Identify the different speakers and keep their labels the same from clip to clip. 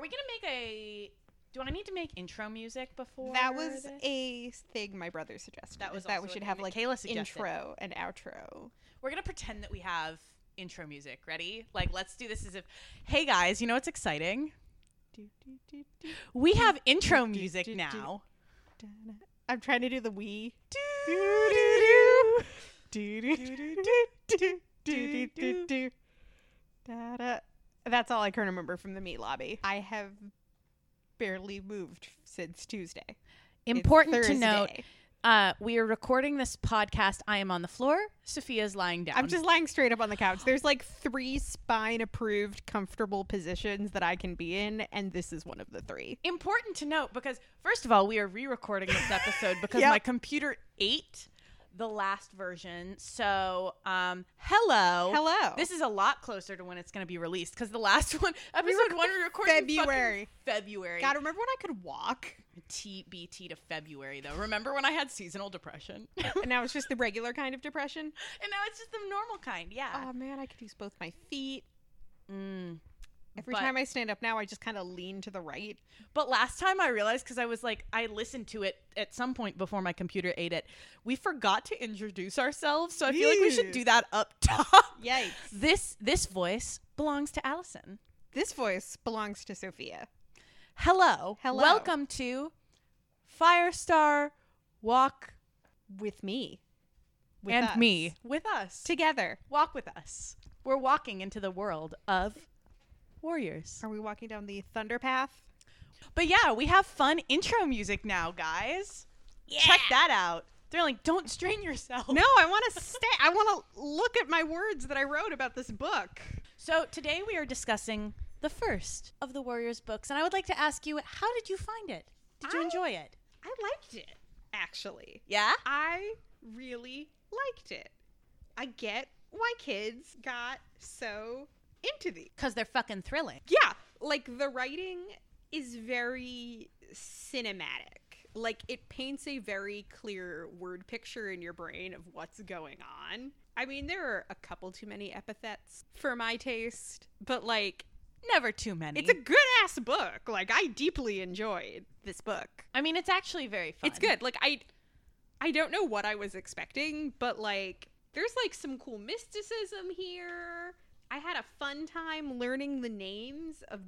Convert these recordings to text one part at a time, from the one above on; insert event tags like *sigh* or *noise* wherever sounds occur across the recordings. Speaker 1: we gonna make a? Do I need to make intro music before?
Speaker 2: That was
Speaker 1: this?
Speaker 2: a thing my brother suggested.
Speaker 1: That
Speaker 2: That
Speaker 1: was
Speaker 2: was that
Speaker 1: also
Speaker 2: we
Speaker 1: a
Speaker 2: should
Speaker 1: thing
Speaker 2: have
Speaker 1: that
Speaker 2: like
Speaker 1: Kayla suggested.
Speaker 2: intro and outro.
Speaker 1: We're gonna pretend that we have intro music ready. Like, let's do this as if, hey guys, you know what's exciting?
Speaker 2: Do, do, do, do,
Speaker 1: We have intro
Speaker 2: do,
Speaker 1: music
Speaker 2: do, do.
Speaker 1: now.
Speaker 2: da, da. I'm trying to do the we. That's all I can remember from the meat lobby. I have barely moved since Tuesday. It's
Speaker 1: Important to note,
Speaker 2: Thursday.
Speaker 1: uh, we are recording this podcast. I am on the floor. Sophia's lying down.
Speaker 2: I'm just lying straight up on the couch. There's like three spine approved comfortable positions that I can be in, and this is one of the three.
Speaker 1: important to note because first of all, we are re-recording this episode because
Speaker 2: Yep.
Speaker 1: my computer ate the last version. So, um, hello,
Speaker 2: Hello.
Speaker 1: This is a lot closer to when it's going to be released because the last *laughs* one, episode one, we recorded in fucking
Speaker 2: February.
Speaker 1: February.
Speaker 2: God, remember when I
Speaker 1: *laughs*
Speaker 2: could walk?
Speaker 1: TBT to February though. Remember when I had seasonal depression? *laughs* and
Speaker 2: and now it's just the regular kind of depression.
Speaker 1: now it's just the normal kind. Yeah.
Speaker 2: Oh man, I could use both my feet. Oh.
Speaker 1: Mm.
Speaker 2: Every
Speaker 1: But-
Speaker 2: time I stand up now, I just kind of lean to the right.
Speaker 1: But last time I realized because I was like, I listened to it at some point before my computer ate it. We forgot to introduce ourselves, so I feel like we should
Speaker 2: Ew.
Speaker 1: do that up top.
Speaker 2: Yikes.
Speaker 1: This this voice belongs to Allison.
Speaker 2: This voice belongs to Sophia.
Speaker 1: Hello,
Speaker 2: Hello.
Speaker 1: Welcome to Firestar Walk
Speaker 2: With me. With
Speaker 1: and
Speaker 2: us.
Speaker 1: me with us.
Speaker 2: Together.
Speaker 1: walk with us. We're walking into the world of warriors.
Speaker 2: Are we walking down the thunder path?
Speaker 1: But yeah, we have fun intro music now, guys. Check that out. They're like, don't strain yourself.
Speaker 2: No, I want to stay. I want to look at my words that I wrote about this book.
Speaker 1: So today we are discussing the first of the Warriors books, and I would like to ask you, how did you find it? Did you
Speaker 2: I-
Speaker 1: enjoy it?
Speaker 2: I liked it, actually.
Speaker 1: Yeah.
Speaker 2: I really liked it. I get why kids got so into these.
Speaker 1: Because they're fucking thrilling.
Speaker 2: Yeah, like the writing is very cinematic. Like it paints a very clear word picture in your brain of what's going on. I mean, there are a couple too many epithets for my taste, but like
Speaker 1: Never too many.
Speaker 2: it's a good ass book. Like I deeply enjoyed this book.
Speaker 1: I mean, it's actually very fun.
Speaker 2: It's good. Like I I don't know what I was expecting, but like there's like some cool mysticism here. I had a fun time learning the names of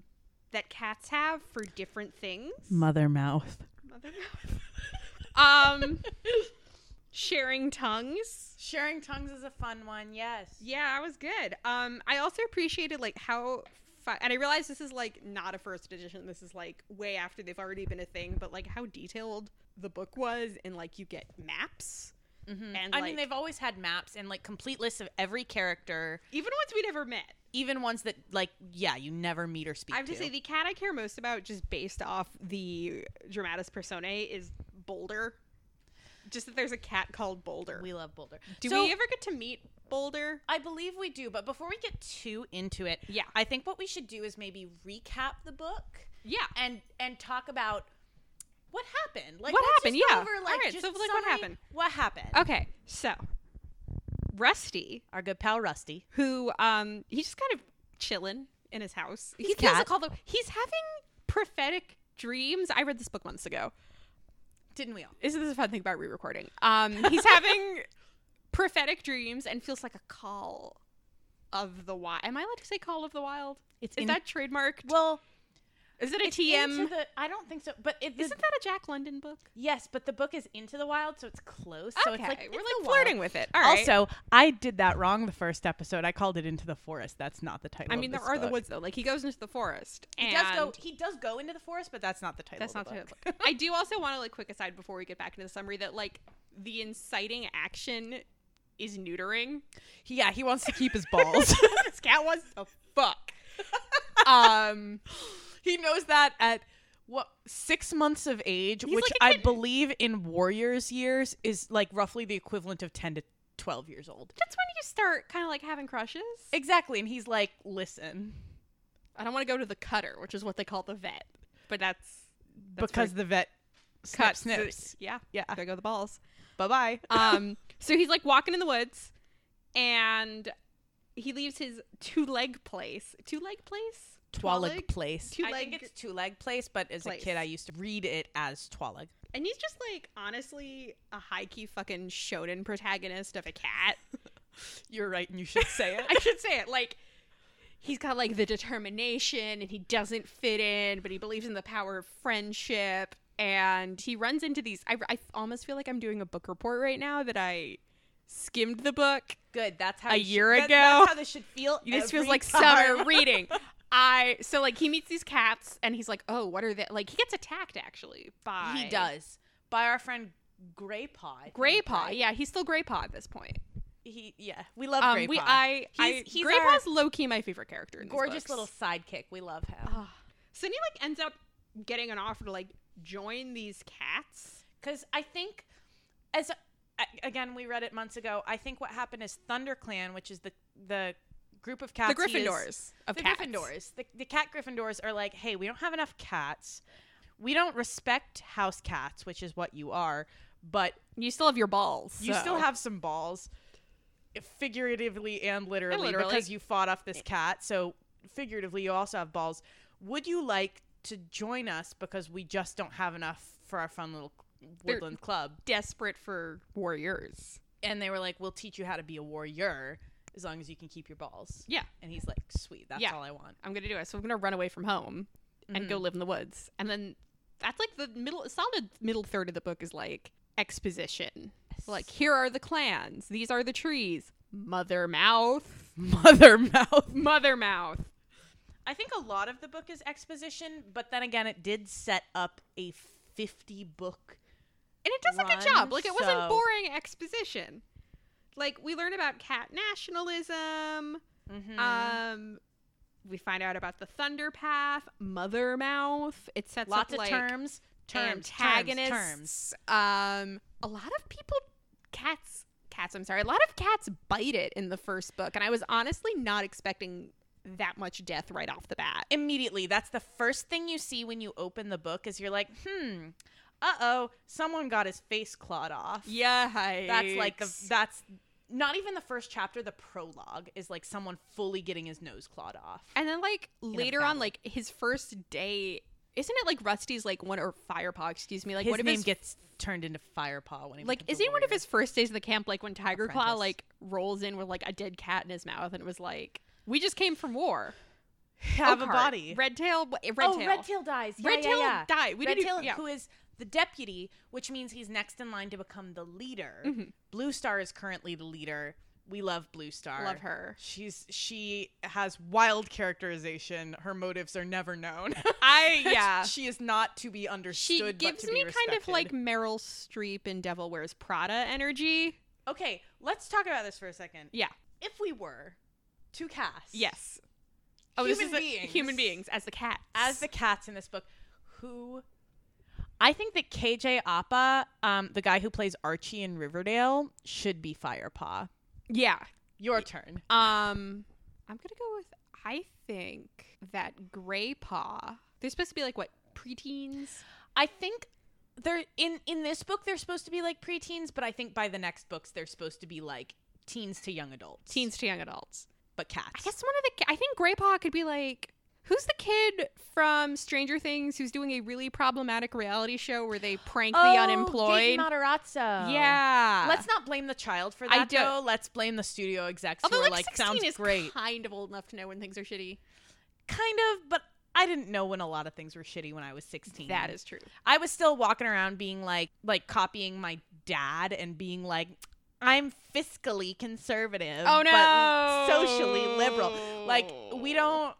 Speaker 2: that cats have for different things.
Speaker 1: Mother mouth.
Speaker 2: Mother- *laughs* um sharing tongues.
Speaker 1: Sharing tongues is a fun one. Yes.
Speaker 2: Yeah, I was good. Um I also appreciated like how fi- and I realize this is like not a first edition. This is like way after they've already been a thing, but like how detailed the book was and like you get maps.
Speaker 1: Mhm.
Speaker 2: And,
Speaker 1: I mean,
Speaker 2: like-
Speaker 1: they've always had maps and like complete lists of every character,
Speaker 2: even ones we never met.
Speaker 1: even ones that like yeah you never meet or speak.
Speaker 2: I have to say, the cat I care most about, just based off the Dramatis Personae, is Boulder. Just that there's a cat called Boulder.
Speaker 1: we love Boulder.
Speaker 2: Do
Speaker 1: So,
Speaker 2: we ever get to meet Boulder?
Speaker 1: I believe we do, but before we get too into it,
Speaker 2: Yeah.
Speaker 1: I think what we should do is maybe recap the book
Speaker 2: Yeah.
Speaker 1: and and talk about what happened. Like
Speaker 2: What
Speaker 1: let's
Speaker 2: happened?
Speaker 1: just go
Speaker 2: Yeah.
Speaker 1: over,
Speaker 2: All
Speaker 1: like,
Speaker 2: right,
Speaker 1: just
Speaker 2: so, like, what
Speaker 1: summary,
Speaker 2: happened?
Speaker 1: What happened?
Speaker 2: Okay. So, Rusty,
Speaker 1: Our good pal Rusty.
Speaker 2: who um, he's just kind of chilling in his house. He's
Speaker 1: cat.
Speaker 2: Called the, he's having prophetic dreams. I read this book months ago.
Speaker 1: Didn't *laughs* we all?
Speaker 2: This is a fun thing about re-recording. Um,
Speaker 1: *laughs*
Speaker 2: he's having prophetic dreams and feels like a call of the wild. Am I allowed to say call of the wild?
Speaker 1: It's
Speaker 2: Is
Speaker 1: in-
Speaker 2: that trademarked?
Speaker 1: well
Speaker 2: is it a
Speaker 1: it's into
Speaker 2: TM?
Speaker 1: the- I don't think so. But it, the,
Speaker 2: Isn't that a Jack London book?
Speaker 1: yes, but the book is into the wild, so it's close. So it's like
Speaker 2: we're
Speaker 1: it's the
Speaker 2: like
Speaker 1: wild.
Speaker 2: flirting with it. All right.
Speaker 1: Also, I did that wrong the first episode. I called it into the forest. That's not the title.
Speaker 2: I
Speaker 1: of
Speaker 2: mean, there
Speaker 1: this
Speaker 2: are the
Speaker 1: book.
Speaker 2: woods though. Like he goes into the forest.
Speaker 1: He
Speaker 2: and
Speaker 1: does go. He does go into the forest, but that's not the title.
Speaker 2: That's
Speaker 1: of
Speaker 2: not
Speaker 1: the
Speaker 2: the
Speaker 1: book.
Speaker 2: book. *laughs* I do also want to like quick aside before we get back into the summary that like the inciting action is neutering. *laughs*
Speaker 1: Yeah, he wants to keep *laughs* his balls.
Speaker 2: this cat wants to fuck. *laughs* Um.
Speaker 1: he knows that at what six months of age,
Speaker 2: He's
Speaker 1: which
Speaker 2: like a
Speaker 1: I
Speaker 2: kitten.
Speaker 1: believe in warriors years is like roughly the equivalent of ten to twelve years old.
Speaker 2: That's when you start kind of like having crushes.
Speaker 1: Exactly, and he's like, "Listen,
Speaker 2: I don't want to go to the cutter, which is what they call the vet, but that's, that's
Speaker 1: because
Speaker 2: where
Speaker 1: the vet
Speaker 2: cut
Speaker 1: cut snips.
Speaker 2: Yeah,
Speaker 1: Yeah,
Speaker 2: there go the *laughs* balls.
Speaker 1: bye bye."
Speaker 2: Um, so he's like walking in the woods, and he leaves his two leg place. Two leg place?
Speaker 1: Twalug place.
Speaker 2: Two
Speaker 1: I think
Speaker 2: leg.
Speaker 1: it's two leg place, but as
Speaker 2: Place.
Speaker 1: a kid, I used to read it as Twalug.
Speaker 2: And he's just like honestly a high key fucking shonen protagonist of a cat.
Speaker 1: You're right, and you should say
Speaker 2: I should say it like he's got like the determination and he doesn't fit in, but he believes in the power of friendship. And he runs into these. I, I almost feel like I'm doing a book report right now that I skimmed the book.
Speaker 1: *laughs* Good. That's how
Speaker 2: A
Speaker 1: you should-
Speaker 2: year
Speaker 1: that-
Speaker 2: ago.
Speaker 1: That's how this should feel.
Speaker 2: *laughs* This
Speaker 1: every
Speaker 2: feels like
Speaker 1: time.
Speaker 2: summer reading. I so like he meets these cats and he's like, oh, what are they? Like he gets attacked actually by
Speaker 1: He does by our friend Gray Paw. I think,
Speaker 2: Gray Paw.
Speaker 1: right?
Speaker 2: Yeah, he's still Gray Paw at this point.
Speaker 1: He. Yeah. We love
Speaker 2: Um,
Speaker 1: Gray
Speaker 2: we
Speaker 1: Paw.
Speaker 2: I
Speaker 1: He's-
Speaker 2: I
Speaker 1: he's
Speaker 2: Gray
Speaker 1: our
Speaker 2: Paw's low key my favorite character in these
Speaker 1: gorgeous
Speaker 2: books. Uh-huh.
Speaker 1: little sidekick. We love him.
Speaker 2: Ugh. So then he like ends up getting an offer to like join these cats.
Speaker 1: because I think as a- again we read it months ago. I think what happened is ThunderClan, which is the the group of cats,
Speaker 2: the
Speaker 1: he is-
Speaker 2: Gryffindors of
Speaker 1: the
Speaker 2: cats.
Speaker 1: Gryffindors, the, the cat Gryffindors are like, hey, we don't have enough cats. We don't respect house cats, which is what you are, but
Speaker 2: You still have your balls.
Speaker 1: you still
Speaker 2: so-
Speaker 1: have some balls, eh, figuratively and literally, Eh.
Speaker 2: And literally.
Speaker 1: because you fought off this cat. So figuratively, you also have balls. Would you like to join us because we just don't have enough for our fun little
Speaker 2: They're-
Speaker 1: woodland club?
Speaker 2: desperate for warriors.
Speaker 1: and they were like, "We'll teach you how to be a warrior as long as you can keep your balls."
Speaker 2: Yeah.
Speaker 1: And he's like, "Sweet, that's
Speaker 2: Yeah.
Speaker 1: all I want." Mm-hmm.
Speaker 2: I'm gonna do it. So I'm gonna run away from home and go live in the woods. And then that's like the middle solid middle third of the book is like exposition. Like here are the clans. These are the trees. Mother *laughs* mouth.
Speaker 1: Mother mouth.
Speaker 2: Mother mouth.
Speaker 1: I think a lot of the book is exposition, but then again, it did set up a fifty-book.
Speaker 2: And it does a good
Speaker 1: run,
Speaker 2: job. Like it wasn't
Speaker 1: so-
Speaker 2: boring exposition. Like we learn about cat nationalism.
Speaker 1: Mm. Mm-hmm. uh,
Speaker 2: Um we find out about the Thunder Path, Mother Mouth. It sets
Speaker 1: Lots
Speaker 2: up
Speaker 1: of
Speaker 2: like
Speaker 1: terms, terms,
Speaker 2: antagonists.
Speaker 1: terms.
Speaker 2: Um a lot of people cats cats, I'm sorry. A lot of cats bite it in the first book, and I was honestly not expecting that much death right off the bat.
Speaker 1: Immediately, that's the first thing you see when you open the book. Is you're like, "Hmm, uh oh, someone got his face clawed off."
Speaker 2: Yeah.
Speaker 1: That's like the that's not even the first chapter. The prologue is like someone fully getting his nose clawed off.
Speaker 2: And then like
Speaker 1: a
Speaker 2: later on,
Speaker 1: battle.
Speaker 2: like his first day, isn't it like Rusty's like one or Firepaw? Excuse me, like
Speaker 1: his
Speaker 2: one of
Speaker 1: name
Speaker 2: his
Speaker 1: gets turned into Firepaw when he
Speaker 2: like
Speaker 1: becomes
Speaker 2: is
Speaker 1: a
Speaker 2: it one of
Speaker 1: warrior.
Speaker 2: his first days in the camp like when Tiger Claw
Speaker 1: Apprentice.
Speaker 2: like rolls in with like a dead cat in his mouth and it was like we just came from war
Speaker 1: have a
Speaker 2: Oakhart.
Speaker 1: body?
Speaker 2: red tail wh- red
Speaker 1: oh,
Speaker 2: tail
Speaker 1: Red Tail dies. Yeah,
Speaker 2: Red
Speaker 1: yeah,
Speaker 2: Tail
Speaker 1: yeah.
Speaker 2: died we
Speaker 1: Red
Speaker 2: didn't
Speaker 1: Tail,
Speaker 2: yeah.
Speaker 1: who is the deputy, which means he's next in line to become the leader.
Speaker 2: Mm-hmm.
Speaker 1: Blue Star is currently the leader. We love Blue Star.
Speaker 2: love
Speaker 1: *laughs*
Speaker 2: her
Speaker 1: She's she has wild characterization. Her motives are never known. *laughs*
Speaker 2: *laughs* I yeah
Speaker 1: she is not to be
Speaker 2: she
Speaker 1: understood. but
Speaker 2: gives
Speaker 1: to be
Speaker 2: me kind of
Speaker 1: respected.
Speaker 2: like Meryl Streep in Devil Wears Prada energy
Speaker 1: okay. Let's talk about this for a second.
Speaker 2: yeah
Speaker 1: If we were to cast
Speaker 2: yes Oh,
Speaker 1: Human
Speaker 2: the-
Speaker 1: beings.
Speaker 2: human beings as the cat
Speaker 1: as the cats in this book who I think that KJ Appa, um, the guy who plays Archie in Riverdale, should be Firepaw.
Speaker 2: yeah
Speaker 1: Your turn.
Speaker 2: Um, I'm gonna go with I think that Gray Paw. They're supposed to be like what preteens.
Speaker 1: I think they're in in this book they're supposed to be like preteens, but I think by the next books they're supposed to be like teens to young adults.
Speaker 2: teens to young adults.
Speaker 1: but
Speaker 2: I
Speaker 1: cats.
Speaker 2: guess one of the. ki- I think Gray Paw could be like. Who's the kid from Stranger Things who's doing a really problematic reality show where they prank the unemployed?
Speaker 1: Matarazzo.
Speaker 2: yeah.
Speaker 1: Oh, Let's not blame the child for
Speaker 2: I
Speaker 1: that though.
Speaker 2: don't-
Speaker 1: Let's blame the studio execs
Speaker 2: Although
Speaker 1: who are
Speaker 2: like,
Speaker 1: like
Speaker 2: 16
Speaker 1: sounds
Speaker 2: is
Speaker 1: great.
Speaker 2: kind of old enough to know when things are shitty.
Speaker 1: Kind of, but I didn't know when a lot of things were shitty when I was 16.
Speaker 2: That is true.
Speaker 1: I was still walking around being like like copying my dad and being like I'm fiscally conservative
Speaker 2: Oh
Speaker 1: Um,
Speaker 2: no.
Speaker 1: but socially liberal. Like we
Speaker 2: Mm.
Speaker 1: don't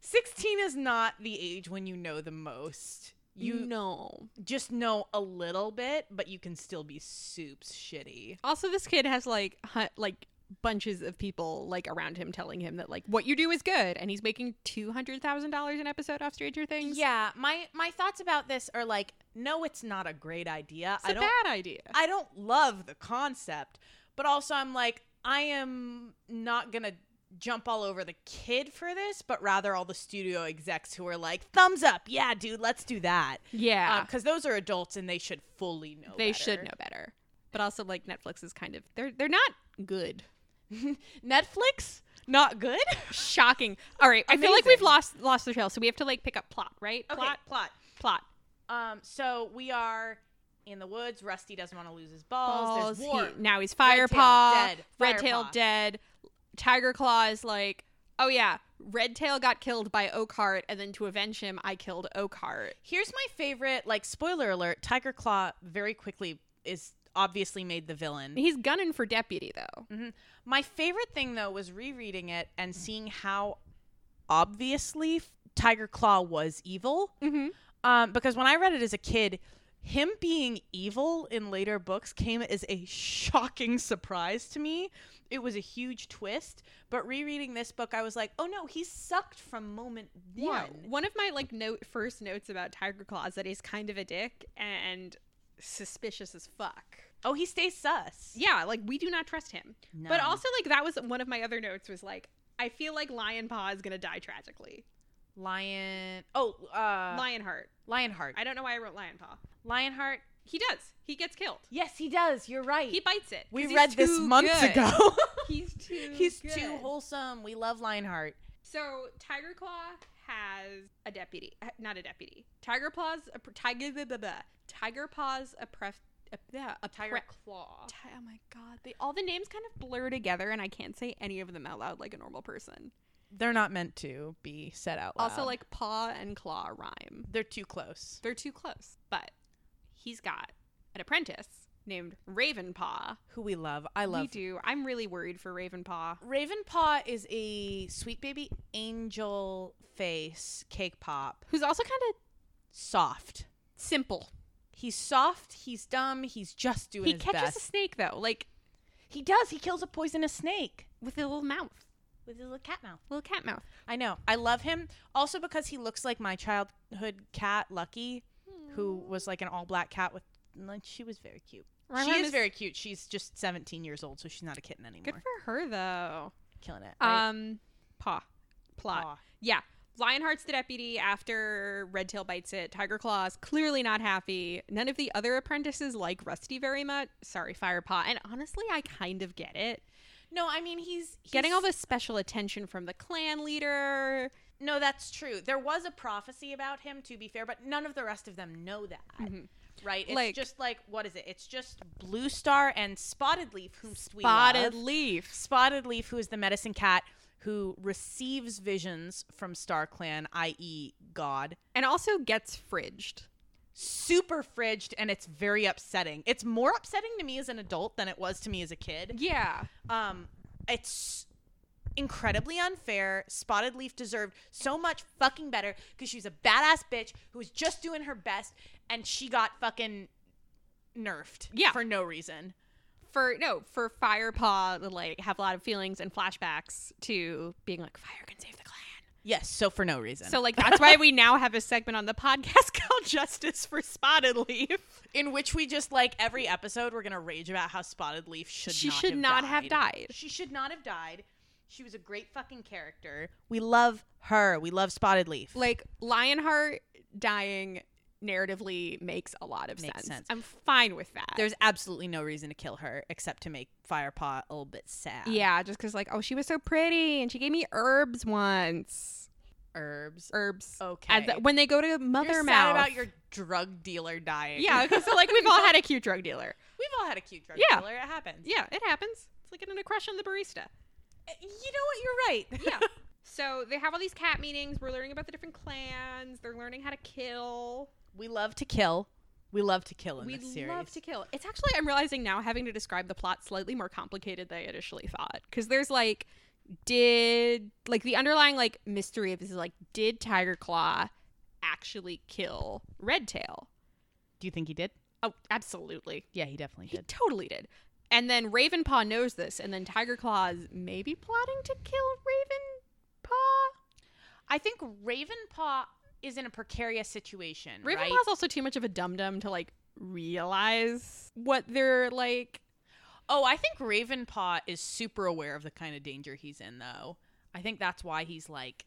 Speaker 1: 16 is not the age when you know the most. You
Speaker 2: Mm. know.
Speaker 1: just know a little bit, but you can still be soups shitty.
Speaker 2: Also, this kid has like hu- like bunches of people like around him telling him that like what you do is good, and he's making two hundred thousand dollars an episode off Stranger Things.
Speaker 1: Yeah, my my thoughts about this are like no it's not a great idea.
Speaker 2: it's a bad idea.
Speaker 1: I don't love the concept, but also I'm like, I am not gonna jump all over the kid for this, but rather all the studio execs who are like, thumbs up, yeah, dude, let's do that.
Speaker 2: yeah,
Speaker 1: Because those are adults and they should fully know.
Speaker 2: Uh, they
Speaker 1: better.
Speaker 2: should know better. But also, like *laughs* Netflix is kind of they're they're not good.
Speaker 1: Netflix Not good?
Speaker 2: Shocking. All right, *laughs* I feel like we've
Speaker 1: Amazing.
Speaker 2: lost lost the trail, so we have to like pick up plot, right?
Speaker 1: Okay,
Speaker 2: Plot,
Speaker 1: plot.
Speaker 2: plot.
Speaker 1: Um, so we are in the woods. Rusty doesn't want to lose his balls. There's
Speaker 2: Balls,
Speaker 1: war.
Speaker 2: he- now he's
Speaker 1: Red-tailed
Speaker 2: Firepaw.
Speaker 1: dead.
Speaker 2: Red Tail
Speaker 1: Firepaw.
Speaker 2: dead. Tiger Claw is like, oh yeah, Red Tail got killed by Oakhart, and then to avenge him, I killed Oakhart.
Speaker 1: Here's my favorite, like spoiler alert, Tiger Claw very quickly is obviously made the villain.
Speaker 2: He's gunning for deputy though.
Speaker 1: My favorite thing though was rereading it and seeing how obviously Tiger Claw was evil.
Speaker 2: Mm-hmm.
Speaker 1: Um, because when I read it as a kid, him being evil in later books came as a shocking surprise to me. It was a huge twist. But rereading this book, I was like, oh no, he's sucked from moment
Speaker 2: Yeah.
Speaker 1: one.
Speaker 2: One of my like note first notes about Tiger Claw is that he's kind of a dick and suspicious as fuck.
Speaker 1: Oh, he stays sus.
Speaker 2: Yeah, like we do not trust him. But
Speaker 1: No.
Speaker 2: also like that was one of my other notes was like I feel like Lion Paw is gonna die tragically.
Speaker 1: Lion. Oh, uh,
Speaker 2: Lionheart.
Speaker 1: Lionheart.
Speaker 2: I don't know why I wrote Lion Paw.
Speaker 1: Lionheart.
Speaker 2: He does. He gets killed.
Speaker 1: Yes, he does. You're right.
Speaker 2: He bites it. 'cause
Speaker 1: we
Speaker 2: he's
Speaker 1: read this
Speaker 2: too
Speaker 1: months
Speaker 2: good.
Speaker 1: ago.
Speaker 2: *laughs* He's too.
Speaker 1: he's
Speaker 2: good.
Speaker 1: *laughs* too wholesome. We love Lionheart.
Speaker 2: So Tiger Claw has a deputy, uh, not a deputy. Tiger Paw's a pr- tiger blah, blah, blah. Tiger Paw's a pref. A, yeah, a
Speaker 1: Tiger
Speaker 2: pre-
Speaker 1: Claw.
Speaker 2: Ti- oh my god, they all the names kind of blur together, and I can't say any of them out loud like a normal person.
Speaker 1: They're not meant to be said out loud.
Speaker 2: Also, like paw and claw rhyme.
Speaker 1: they're too close.
Speaker 2: They're too close. But he's got an apprentice named Ravenpaw.
Speaker 1: Who we love. I love
Speaker 2: we do. I'm really worried for Ravenpaw.
Speaker 1: Ravenpaw is a sweet baby angel face cake pop.
Speaker 2: who's also kind of
Speaker 1: Soft.
Speaker 2: simple.
Speaker 1: He's soft. He's dumb. He's just doing
Speaker 2: He
Speaker 1: his
Speaker 2: catches
Speaker 1: best.
Speaker 2: a snake though, like
Speaker 1: he does. He kills a poisonous snake
Speaker 2: with a little mouth,
Speaker 1: with his little cat mouth.
Speaker 2: little cat mouth.
Speaker 1: I know. I love him. Also because he looks like my childhood cat, Lucky, who was like an all black cat with. like, She was very cute.
Speaker 2: Rhyme
Speaker 1: she
Speaker 2: Rhyme
Speaker 1: is very cute. She's just 17 years old, so she's not a kitten anymore.
Speaker 2: good for her though.
Speaker 1: Killing it. right?
Speaker 2: Um, paw, plot.
Speaker 1: Aw.
Speaker 2: Yeah, Lionheart's the deputy after Red Tail bites it. Tiger Claw's clearly not happy. None of the other apprentices like Rusty very much. Sorry, Firepaw. And honestly, I kind of get it.
Speaker 1: No, I mean, he's, he's
Speaker 2: Getting all this special attention from the clan leader.
Speaker 1: No, that's true. There was a prophecy about him, to be fair, but none of the rest of them know that. Right? It's
Speaker 2: Mm-hmm. Like-
Speaker 1: just like, what is it? It's just Blue Star and Spotted Leaf, whom we love.
Speaker 2: Spotted leaves.
Speaker 1: Spotted Leaf, who is the medicine cat who receives visions from Star Clan, i.e., God,
Speaker 2: And also gets fridged.
Speaker 1: super fridged, and it's very upsetting. It's more upsetting to me as an adult than it was to me as a kid.
Speaker 2: Yeah.
Speaker 1: um it's incredibly unfair spotted leaf deserved so much fucking better because she's a badass bitch who was just doing her best and she got fucking nerfed
Speaker 2: Yeah.
Speaker 1: for no reason
Speaker 2: for no for Firepaw to like have a lot of feelings and flashbacks to being like fire can save the clan.
Speaker 1: yes so for no reason
Speaker 2: So like that's why we now have a segment on the podcast *laughs* called Justice for Spotted Leaf.
Speaker 1: in which we just like every episode we're gonna rage about how spotted leaf should
Speaker 2: She
Speaker 1: not
Speaker 2: should
Speaker 1: have
Speaker 2: not
Speaker 1: died.
Speaker 2: have died.
Speaker 1: she should not have died she was a great fucking character we love her we love spotted leaf
Speaker 2: Like Lionheart dying narratively makes a lot of
Speaker 1: Makes
Speaker 2: sense.
Speaker 1: sense.
Speaker 2: I'm fine with that.
Speaker 1: there's absolutely no reason to kill her except to make firepaw a little bit sad
Speaker 2: yeah, just because like oh she was so pretty and she gave me herbs once.
Speaker 1: herbs
Speaker 2: Herbs.
Speaker 1: Okay.
Speaker 2: As the- when they go to Mother
Speaker 1: You're
Speaker 2: Mouth.
Speaker 1: sad about your drug dealer dying.
Speaker 2: yeah. Okay. So like we've all had a cute drug dealer.
Speaker 1: *laughs* We've all had a cute drug
Speaker 2: Yeah.
Speaker 1: dealer. It happens.
Speaker 2: Yeah, it happens. It's like getting a crush on the barista.
Speaker 1: You know what? You're right.
Speaker 2: *laughs* yeah. So they have all these cat meetings. We're learning about the different clans. They're learning how to kill.
Speaker 1: *laughs* we love to kill. We love to kill in
Speaker 2: we
Speaker 1: this series.
Speaker 2: love to kill. It's actually I'm realizing now having to describe the plot slightly more complicated than I initially thought because there's like did like the underlying like mystery of this is like did Tiger Claw actually kill Red Tail?
Speaker 1: Do you think he did?
Speaker 2: Oh, absolutely.
Speaker 1: Yeah, he definitely
Speaker 2: He totally did. And then Ravenpaw knows this, and then Tiger Claw is maybe plotting to kill Ravenpaw.
Speaker 1: I think Ravenpaw is in a precarious situation,
Speaker 2: Ravenpaw's
Speaker 1: right?
Speaker 2: also too much of a dum dum to like realize what they're like.
Speaker 1: Oh, I think Ravenpaw is super aware of the kind of danger he's in, though. I think that's why he's like,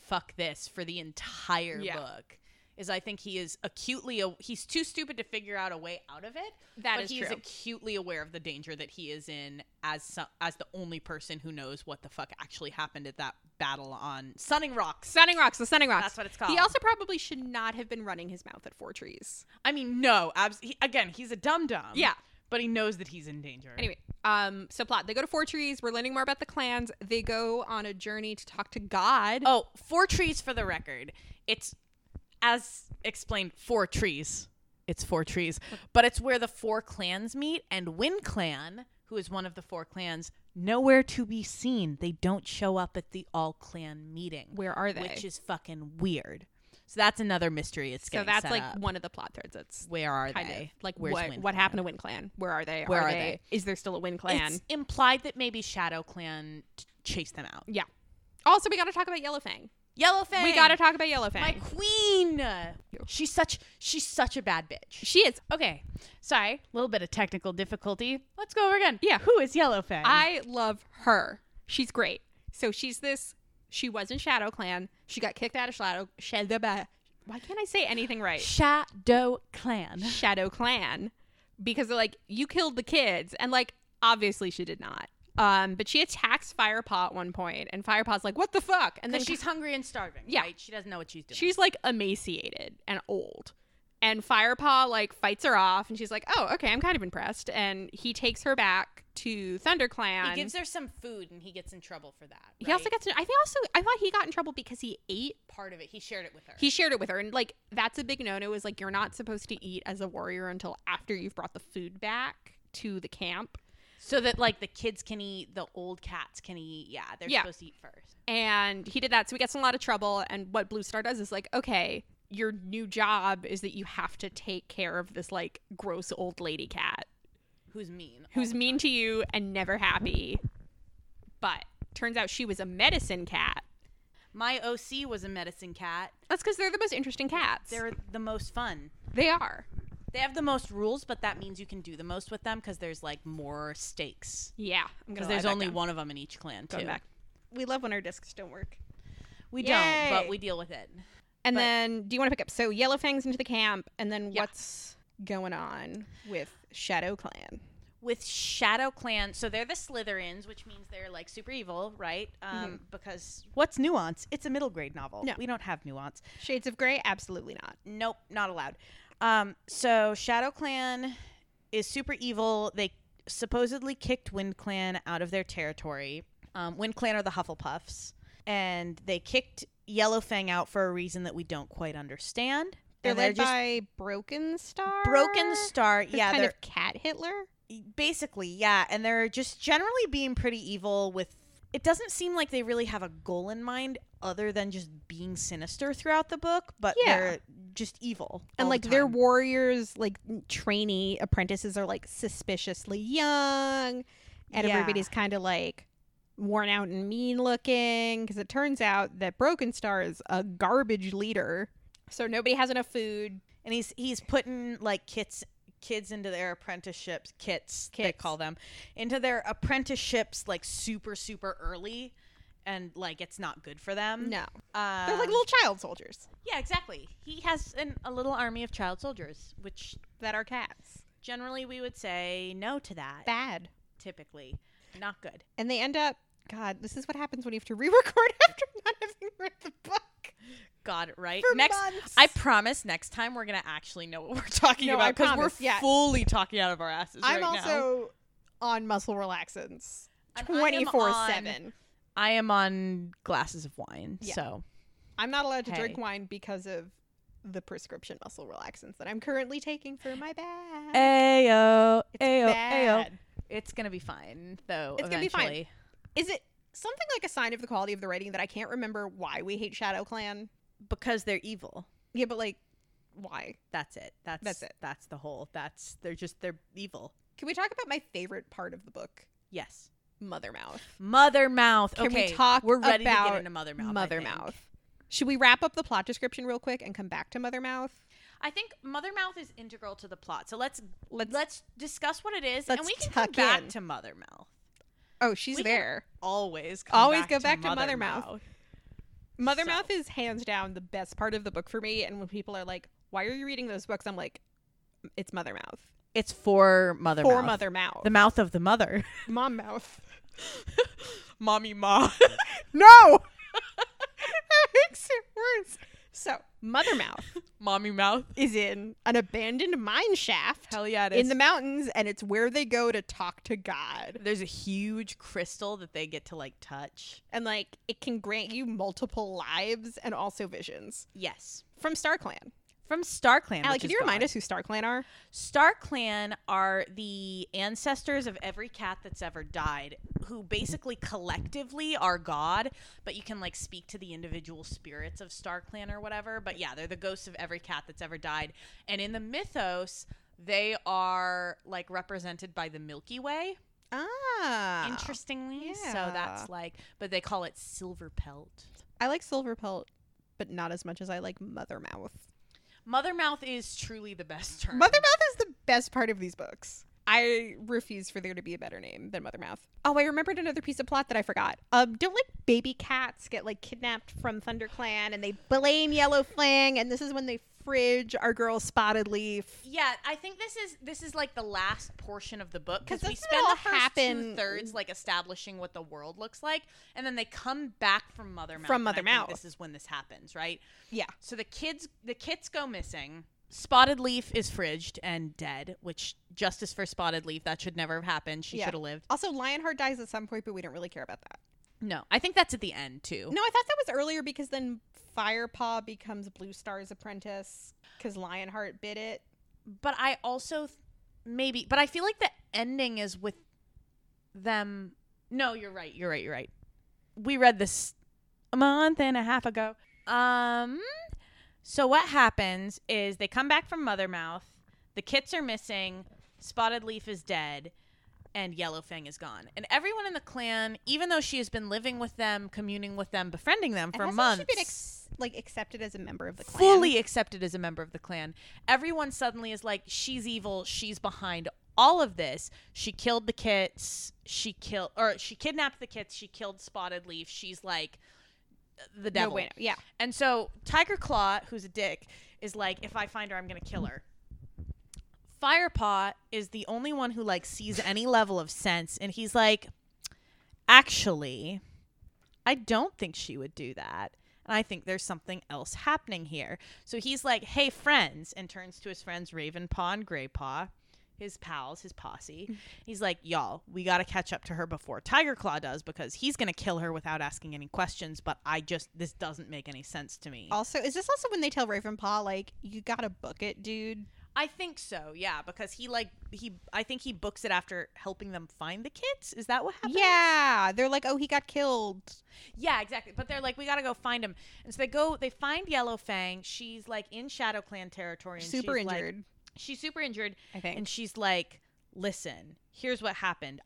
Speaker 1: fuck this for the entire
Speaker 2: Yeah.
Speaker 1: book. Is I think he is acutely, a- he's too stupid to figure out a way out of it.
Speaker 2: That
Speaker 1: but
Speaker 2: is
Speaker 1: he's
Speaker 2: true.
Speaker 1: acutely aware of the danger that he is in as so- as the only person who knows what the fuck actually happened at that battle on Sunning Rocks.
Speaker 2: Stunning Rocks, the Stunning Rocks.
Speaker 1: That's what it's
Speaker 2: He
Speaker 1: called.
Speaker 2: also probably should not have been running his mouth at four trees.
Speaker 1: I mean, no, abs- he, again, he's a dum dum.
Speaker 2: Yeah.
Speaker 1: but he knows that he's in danger.
Speaker 2: Anyway, um, so plot. They go to Four Trees. We're learning more about the clans. They go on a journey to talk to God.
Speaker 1: Oh, four trees for the record. It's as explained, four trees. It's four trees. But it's where the four clans meet and Win Clan, who is one of the four clans, nowhere to be seen. They don't show up at the all clan meeting.
Speaker 2: Where are they?
Speaker 1: Which is fucking weird. So that's another mystery it's
Speaker 2: so
Speaker 1: getting
Speaker 2: that's
Speaker 1: set
Speaker 2: like
Speaker 1: up.
Speaker 2: one of the plot threads. That's
Speaker 1: where are
Speaker 2: kind
Speaker 1: they?
Speaker 2: of like
Speaker 1: Where's
Speaker 2: what
Speaker 1: Win
Speaker 2: what
Speaker 1: Clan?
Speaker 2: happened to Wind Clan? Where are they?
Speaker 1: Where are they?
Speaker 2: Is there still a Wind
Speaker 1: *laughs*
Speaker 2: Clan?
Speaker 1: It's implied that maybe Shadow Clan t- chased them out.
Speaker 2: yeah. Also, we got to talk about Yellow Fang.
Speaker 1: Yellowfang.
Speaker 2: We got to talk about Yellow Fang.
Speaker 1: My queen. She's such she's such a bad bitch.
Speaker 2: she is.
Speaker 1: Okay, sorry, a little bit of technical difficulty. Let's go over again.
Speaker 2: Yeah.
Speaker 1: who is Yellowfang?
Speaker 2: I love her. She's great. So she's this. She was in Shadow Clan. She got kicked out of Shadow. Shadow. Why can't I say anything
Speaker 1: *laughs*
Speaker 2: right?
Speaker 1: Shadow Clan.
Speaker 2: Shadow Clan because they're like, you killed the kids. And like, obviously she did not. Um, but she attacks Firepaw at one point, and Firepaw's like, what the fuck? And then
Speaker 1: Because
Speaker 2: she's
Speaker 1: she's hungry and starving.
Speaker 2: Yeah.
Speaker 1: right? she doesn't know what she's doing.
Speaker 2: she's like emaciated and old. And Firepaw like fights her off and she's like, Oh, okay, I'm kind of impressed. And he takes her back to ThunderClan.
Speaker 1: he gives her some food, and he gets in trouble for that.
Speaker 2: He also
Speaker 1: right?
Speaker 2: gets to I think also I thought he got in trouble because he ate
Speaker 1: part of it. He shared it with her.
Speaker 2: he shared it with her and like that's a big no-no is like you're not supposed to eat as a warrior until after you've brought the food back to the camp
Speaker 1: so that like the kids can eat, the old cats can eat. Yeah, they're
Speaker 2: Yeah.
Speaker 1: supposed to eat first.
Speaker 2: and he did that so he gets in a lot of trouble and what blue star does is like okay your new job is that you have to take care of this like gross old lady cat
Speaker 1: Who's mean?
Speaker 2: who's mean to you and never happy but turns out she was a medicine cat
Speaker 1: My OC was a medicine cat.
Speaker 2: that's because they're the most interesting cats they're
Speaker 1: They're the most fun.
Speaker 2: they are
Speaker 1: They have the most rules, but that means you can do the most with them because there's like more stakes.
Speaker 2: yeah i'm gonna
Speaker 1: Because
Speaker 2: lie
Speaker 1: there's
Speaker 2: back
Speaker 1: only
Speaker 2: down.
Speaker 1: one of them in each clan
Speaker 2: Going
Speaker 1: too.
Speaker 2: back. we love when our discs don't work
Speaker 1: We
Speaker 2: Yay.
Speaker 1: don't, but we deal with it.
Speaker 2: And
Speaker 1: But-
Speaker 2: then, do you want to pick up? So Yellow Fang's into the camp, and then
Speaker 1: Yeah.
Speaker 2: what's going on with Shadow Clan?
Speaker 1: With Shadow Clan, so they're the Slytherins, which means they're like super evil, right? Um, Because what's nuance? It's a middle grade novel.
Speaker 2: No.
Speaker 1: We don't have nuance.
Speaker 2: Shades of Grey? Absolutely not.
Speaker 1: Nope, not allowed. Um, so Shadow Clan is super evil. They supposedly kicked Wind Clan out of their territory. Um, Wind Clan are the Hufflepuffs, and they kicked Yellow Fang out for a reason that we don't quite understand.
Speaker 2: They're
Speaker 1: And
Speaker 2: led by Broken Star.
Speaker 1: Broken Star. Yeah,
Speaker 2: kind
Speaker 1: they're
Speaker 2: of cat Hitler.
Speaker 1: basically yeah and they're just generally being pretty evil with it doesn't seem like they really have a goal in mind other than just being sinister throughout the book but
Speaker 2: Yeah.
Speaker 1: they're just evil all
Speaker 2: And
Speaker 1: the
Speaker 2: like their
Speaker 1: time.
Speaker 2: warriors, like trainee apprentices, are like suspiciously young, and
Speaker 1: Yeah.
Speaker 2: everybody's kind of like worn out and mean looking because it turns out that Broken Star is a garbage leader. So nobody has enough food.
Speaker 1: and he's he's putting like kits kids into their apprenticeships kits, they
Speaker 2: Kits.
Speaker 1: call them into their apprenticeships like super super early and like it's not good for them
Speaker 2: No,
Speaker 1: um,
Speaker 2: they're like little child soldiers
Speaker 1: yeah exactly he has an, a little army of child soldiers which
Speaker 2: that are cats.
Speaker 1: generally we would say no to that
Speaker 2: Bad.
Speaker 1: typically not good
Speaker 2: And they end up, God, this is what happens when you have to *laughs* re record after not having read the book.
Speaker 1: God, right?
Speaker 2: For
Speaker 1: next,
Speaker 2: months.
Speaker 1: I promise. Next time, we're gonna actually know what we're talking
Speaker 2: No, I
Speaker 1: about because we're
Speaker 2: promise, yeah.
Speaker 1: fully talking out of our asses
Speaker 2: I'm
Speaker 1: right now.
Speaker 2: also on muscle relaxants
Speaker 1: And I am
Speaker 2: 24 7.
Speaker 1: I am on glasses of wine,
Speaker 2: Yeah.
Speaker 1: so
Speaker 2: I'm not allowed to drink
Speaker 1: Hey.
Speaker 2: wine because of the prescription muscle relaxants that I'm currently taking for my back.
Speaker 1: ayo,
Speaker 2: It's
Speaker 1: oh.
Speaker 2: bad.
Speaker 1: It's gonna be fine, though.
Speaker 2: It's gonna be
Speaker 1: eventually.
Speaker 2: fine. Is it something like a sign of the quality of the writing that I can't remember why we hate Shadow Clan?
Speaker 1: because they're evil.
Speaker 2: Yeah, but like, why?
Speaker 1: That's it. That's
Speaker 2: That's it.
Speaker 1: That's the whole. That's they're just they're evil.
Speaker 2: Can we talk about my favorite part of the book?
Speaker 1: Yes,
Speaker 2: Mother Mouth.
Speaker 1: mother mouth.
Speaker 2: Can we
Speaker 1: okay,
Speaker 2: talk
Speaker 1: We're ready to
Speaker 2: about
Speaker 1: get into mother mouth. I
Speaker 2: Mother
Speaker 1: think.
Speaker 2: Mouth. Should we wrap up the plot description real quick and come back to Mother Mouth?
Speaker 1: I think Mother Mouth is integral to the plot. So let's
Speaker 2: Let's-
Speaker 1: let's, discuss what it is,
Speaker 2: let's
Speaker 1: and we can come
Speaker 2: tuck
Speaker 1: back
Speaker 2: in.
Speaker 1: to Mother Mouth.
Speaker 2: Oh, she's
Speaker 1: We can-
Speaker 2: there.
Speaker 1: Always,
Speaker 2: Always go back to Mother Mouth. Mother
Speaker 1: so-
Speaker 2: Mouth is hands down the best part of the book for me. And when people are like, "Why are you reading those books?" I'm like, "It's Mother Mouth.
Speaker 1: It's for mother
Speaker 2: for
Speaker 1: mouth.
Speaker 2: mother mouth.
Speaker 1: *laughs* The mouth of the
Speaker 2: *laughs*
Speaker 1: mother.
Speaker 2: mom mouth.
Speaker 1: Mommy *laughs* ma.
Speaker 2: No! *laughs* that makes it worse. So, mother mouth
Speaker 1: *laughs* Mommy mouth.
Speaker 2: is in an abandoned mine shaft
Speaker 1: Hell yeah, it is.
Speaker 2: in the mountains, and it's where they go to talk to God.
Speaker 1: There's a huge crystal that they get to like touch.
Speaker 2: And, like, it can grant you multiple lives and also visions.
Speaker 1: Yes.
Speaker 2: From Star Clan.
Speaker 1: From Star Clan.
Speaker 2: Allie, can you remind us who Star Clan are?
Speaker 1: Star Clan are the ancestors of every cat that's ever died, who basically collectively are God, but you can like speak to the individual spirits of Star Clan or whatever. But yeah, they're the ghosts of every cat that's ever died. And in the mythos, they are like represented by the Milky Way,
Speaker 2: Ah.
Speaker 1: interestingly.
Speaker 2: yeah.
Speaker 1: So that's like, but they call it Silver Pelt.
Speaker 2: I like Silver Pelt, but not as much as I like Mother Mouth.
Speaker 1: Mother Mouth is truly the best term.
Speaker 2: Mother Mouth is the best part of these books. I refuse for there to be a better name than Mother Mouth. Oh, I remembered another piece of plot that I forgot. Um, don't like baby cats get like kidnapped from Thunder Clan and they blame Yellow Fang, and this is when they fridge our girl Spotted Leaf.
Speaker 1: Yeah, I think this is this is like the last portion of the book
Speaker 2: 'Cause
Speaker 1: because we
Speaker 2: doesn't it
Speaker 1: spend
Speaker 2: all
Speaker 1: the first
Speaker 2: happen-
Speaker 1: two thirds like establishing what the world looks like, and then they come back from Mother Mouth.
Speaker 2: From
Speaker 1: and I
Speaker 2: Mother
Speaker 1: think
Speaker 2: Mouth.
Speaker 1: this is when this happens, right?
Speaker 2: Yeah.
Speaker 1: So the kids, the kits go missing. Spotted Leaf is fridged and dead, which justice for Spotted Leaf that should never have happened. She
Speaker 2: Yeah.
Speaker 1: should have lived.
Speaker 2: Also, Lionheart dies at some point, but we don't really care about that.
Speaker 1: No, I think that's at the end too.
Speaker 2: No, I thought that was earlier because then Firepaw becomes Blue Star's apprentice because Lionheart bit it.
Speaker 1: But I also th- maybe, but I feel like the ending is with them. No, you're right. You're right. You're right. We read this a month and a half ago. Um, so what happens is they come back from Mother Mouth. The kits are missing. Spotted Leaf is dead, and Yellow Fang is gone. And everyone in the clan, even though she has been living with them, communing with them, befriending them for
Speaker 2: And
Speaker 1: months,
Speaker 2: hasn't She been ex- like accepted as a member of the clan.
Speaker 1: fully accepted as a member of the clan. Everyone suddenly is like, she's evil. She's behind all of this. She killed the kits. She killed, or she kidnapped the kits. She killed Spotted Leaf. She's like the
Speaker 2: No
Speaker 1: devil.
Speaker 2: bueno. Yeah.
Speaker 1: And so Tiger Claw, who's a dick, is like, if I find her, I'm gonna kill her. Firepaw is the only one who like sees any level of sense, and he's like, actually, I don't think she would do that. And I think there's something else happening here. So he's like, hey, friends, and turns to his friends Raven Paw and Gray Paw, his pals, his posse. He's like, y'all, we got to catch up to her before Tiger Claw does because he's going to kill her without asking any questions. But I just, this doesn't make any sense to me.
Speaker 2: Also, is this also when they tell Ravenpaw like you gotta book it, dude?
Speaker 1: I think so, yeah, because he, like, he, I think he books it after helping them find the kids. Is that what happened?
Speaker 2: Yeah, they're like, oh, he got killed.
Speaker 1: Yeah, exactly. But they're like, we gotta go find him, and so they go. They find Yellow Fang. She's like in Shadow Clan territory. And
Speaker 2: Super
Speaker 1: she's, like-
Speaker 2: injured,
Speaker 1: she's super injured,
Speaker 2: I think.
Speaker 1: and she's like, "Listen, here's what happened.